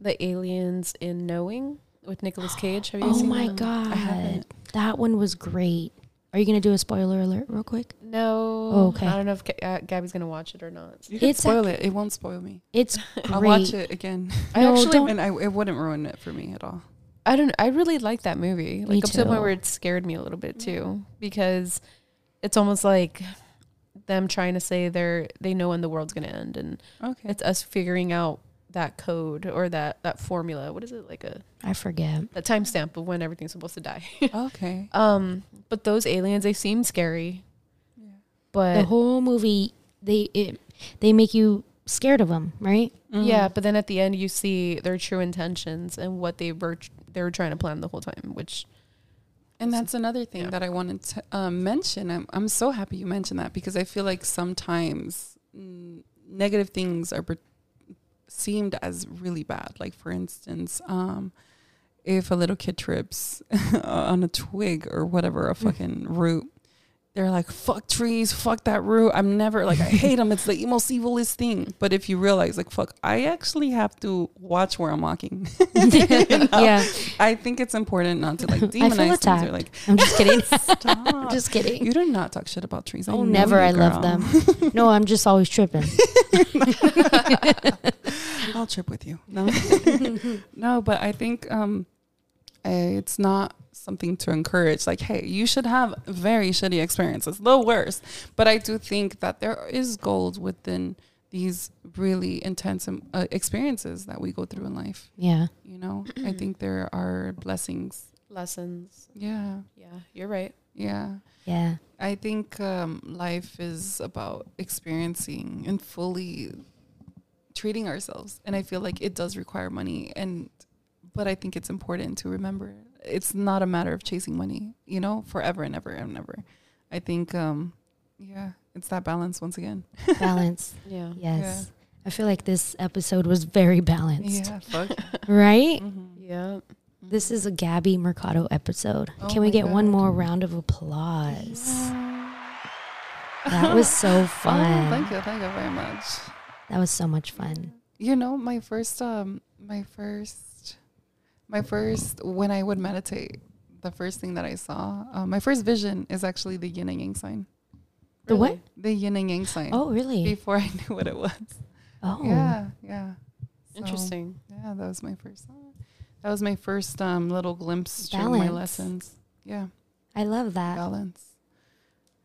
B: the aliens in Knowing with Nicolas Cage. Have you
A: oh
B: seen
A: my
B: that?
C: I
A: god,
C: haven't.
A: that one was great. Are you gonna do a spoiler alert real quick?
B: No.
A: Oh, okay.
B: I don't know if Ga- uh, Gabby's gonna watch it or not.
C: You can
A: It's
C: spoil it. It won't spoil me.
A: It's great.
C: I'll watch it again.
B: I
A: No,
B: actually,
A: don't-
C: and I, it wouldn't ruin it for me at all.
B: I don't. I really like that movie. Like up to
A: too.
B: the
A: Mm-hmm.
B: point where it scared me a little bit too, because it's almost like them trying to say they're they know when the world's gonna end, and
C: Okay.
B: it's us figuring out that code or that that formula. What is it like a
A: I forget.
B: that timestamp of when everything's supposed to die?
C: okay.
B: um, but those aliens, they seem scary, but
A: the whole movie they it, they make you scared of them, right?
B: Yeah, but then at the end you see their true intentions and what they were they were trying to plan the whole time, which
C: And that's another thing
B: yeah.
C: that I wanted to uh, mention. I'm, I'm so happy you mentioned that because I feel like sometimes mm, negative things are per- seemed as really bad. Like, for instance, um, if a little kid trips on a twig or whatever, a fucking root, they're like, fuck trees, fuck that root. I'm never like, I hate them. It's the most evilest thing. But if you realize, like, fuck, I actually have to watch where I'm walking.
A: yeah.
C: I think it's important not to like
A: feel
C: demonize things or
A: attacked.
C: like,
A: I'm just kidding.
C: Stop.
A: Just kidding.
C: you do not talk shit about trees. I
A: oh,
C: know
A: never.
C: you,
A: I love
C: girl.
A: them. no, I'm just always tripping.
C: I'll trip with you. No, no but I think um, eh, it's not something to encourage. Like, hey, you should have very shitty experiences, the worst. But I do think that there is gold within these really intense um, uh, experiences that we go through in life.
A: Yeah.
C: You know,
A: Mm-hmm.
C: I think there are blessings.
B: lessons.
C: Yeah,
B: Yeah, you're right.
C: yeah.
A: Yeah.
C: I think um, life is about experiencing and fully treating ourselves, and I feel like it does require money. And but I think it's important to remember it's not a matter of chasing money, you know, forever and ever and ever. I think, um, yeah, it's that balance once again.
A: Balance.
B: Yeah.
A: Yes. I feel like this episode was very balanced,
C: Yeah, Mm-hmm. fuck.
A: right?
B: Yeah.
A: This is a Gabby Mercado episode.
C: Oh
A: Can we
C: my
A: get one
C: God.
A: more round of applause? That was so
C: Oh,
A: fun.
C: thank you, thank you very much.
A: that was so much fun.
C: you know my first um my first my first when i would meditate the first thing that i saw uh, my first vision is actually the yin and yang sign
A: The what?
B: Really?
C: the yin and yang sign
A: Oh, really?
C: before i knew what it was
A: Oh,
C: yeah yeah So,
B: Interesting.
C: yeah that was my first that was my first um little glimpse to my
A: Balance.
C: lessons yeah
A: I love that.
C: balance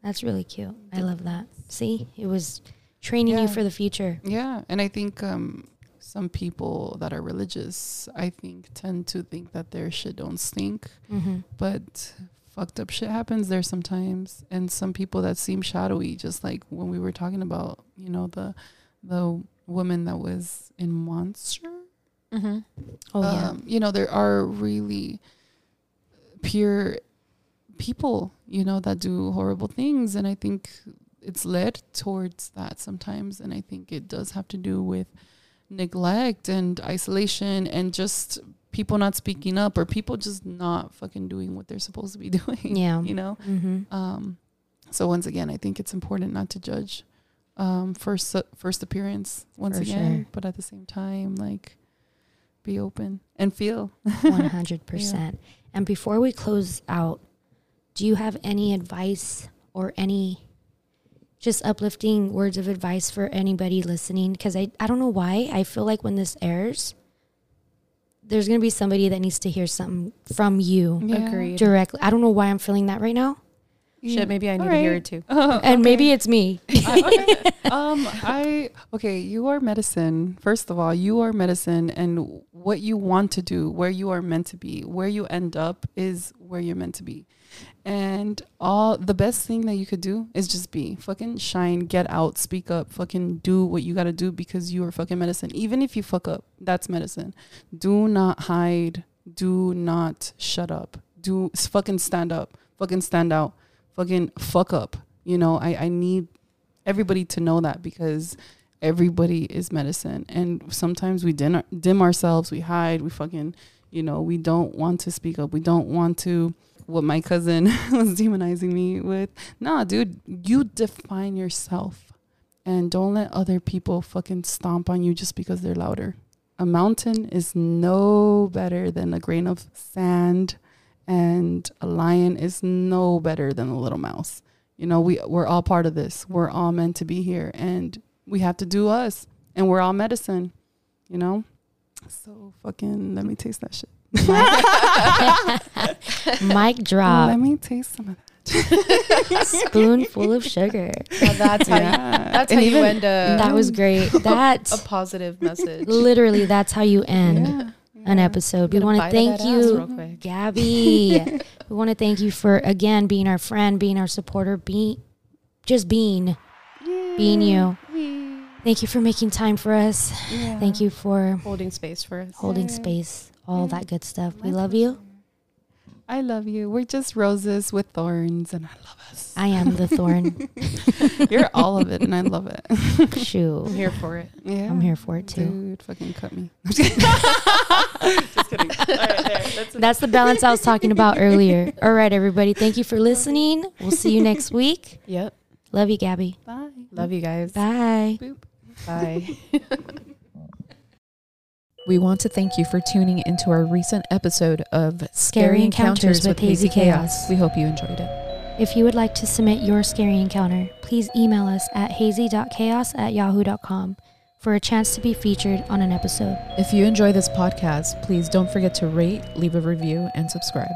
A: That's really cute. I love that. See, it was training you
C: Yeah.
A: for the future.
C: Yeah, and I think um, some people that are religious, I think, tend to think that their shit don't stink,
A: Mhm.
C: but fucked up shit happens there sometimes. And some people that seem shadowy, just like when we were talking about, you know, the the woman that was in Monster.
B: Mm-hmm.
A: Oh yeah.
C: um, you know, there are really pure people, you know, that do horrible things, and I think it's led towards that sometimes, and I think it does have to do with neglect and isolation and just people not speaking up or people just not fucking doing what they're supposed to be doing.
A: Yeah.
C: you know.
A: Mm-hmm.
C: Um, so once again, I think it's important not to judge um, first first appearance once
A: For
C: again,
A: sure.
C: but at the same time, like be open and feel.
A: One hundred percent. And before we close out, do you have any advice or any just uplifting words of advice for anybody listening? Because I, I don't know why I feel like when this airs, there's gonna be somebody that needs to hear something from you
C: Yeah.
B: Agreed.
A: directly. I don't know why I'm feeling that right now,
B: Shit, maybe I need to
C: All
B: hear
C: right.
B: it too.
A: And maybe it's me.
C: um, I okay. You are medicine. First of all, you are medicine, and what you want to do, where you are meant to be, where you end up is where you're meant to be. And all the best thing that you could do is just be fucking shine, get out, speak up, fucking do what you gotta do because you are fucking medicine. Even if you fuck up, that's medicine. Do not hide. Do not shut up. Do s- fucking stand up. Fucking stand out. Fucking fuck up. You know, I, I need everybody to know that because everybody is medicine and sometimes we dim, dim ourselves we hide we fucking you know we don't want to speak up we don't want to what my cousin was demonizing me with nah dude you define yourself and don't let other people fucking stomp on you just because they're louder a mountain is no better than a grain of sand and a lion is no better than a little mouse you know we we're all part of this we're all meant to be here and we have to do us and we're all medicine you know so fucking let me taste that shit
A: Mic
C: let
A: drop.
C: me taste some of that
A: Spoonful of sugar.
B: Well, that's how you,
C: yeah.
B: that's
C: And
B: how you
C: even-
B: end a,
A: That was great. That
B: um, a positive message.
A: literally that's how you end
C: yeah,
A: an
C: yeah.
A: episode. We
B: Get a
A: want to
B: bite of
A: thank
B: that ass
A: you.
B: real quick.
A: Gabby. we want to thank you for again being our friend, being our supporter, being just being, being you. Thank you for making time for us.
C: Yeah.
A: Thank you for
B: Holding space for us.
A: holding space, all that good stuff. We love you.
C: i love you we're just roses with thorns and i love us
A: I am the thorn.
C: you're all of it and i love it
A: Shoo.
B: I'm here for it.
C: yeah
A: I'm here for it too.
C: dude fucking cut me
A: That's the balance I was talking about earlier. All right, everybody. Thank you for listening. We'll see you next week.
B: Yep.
A: Love you, Gabby.
C: bye
B: Love you guys.
A: Bye.
B: Bye.
D: We want to thank you for tuning into our recent episode of Scary,
A: Encounters with Hazy Chaos.
D: We hope you enjoyed it.
A: If you would like to submit your scary encounter, please email us at hazy.chaos at yahoo.com for a chance to be featured on an episode.
D: If you enjoy this podcast, please don't forget to rate, leave a review, and subscribe.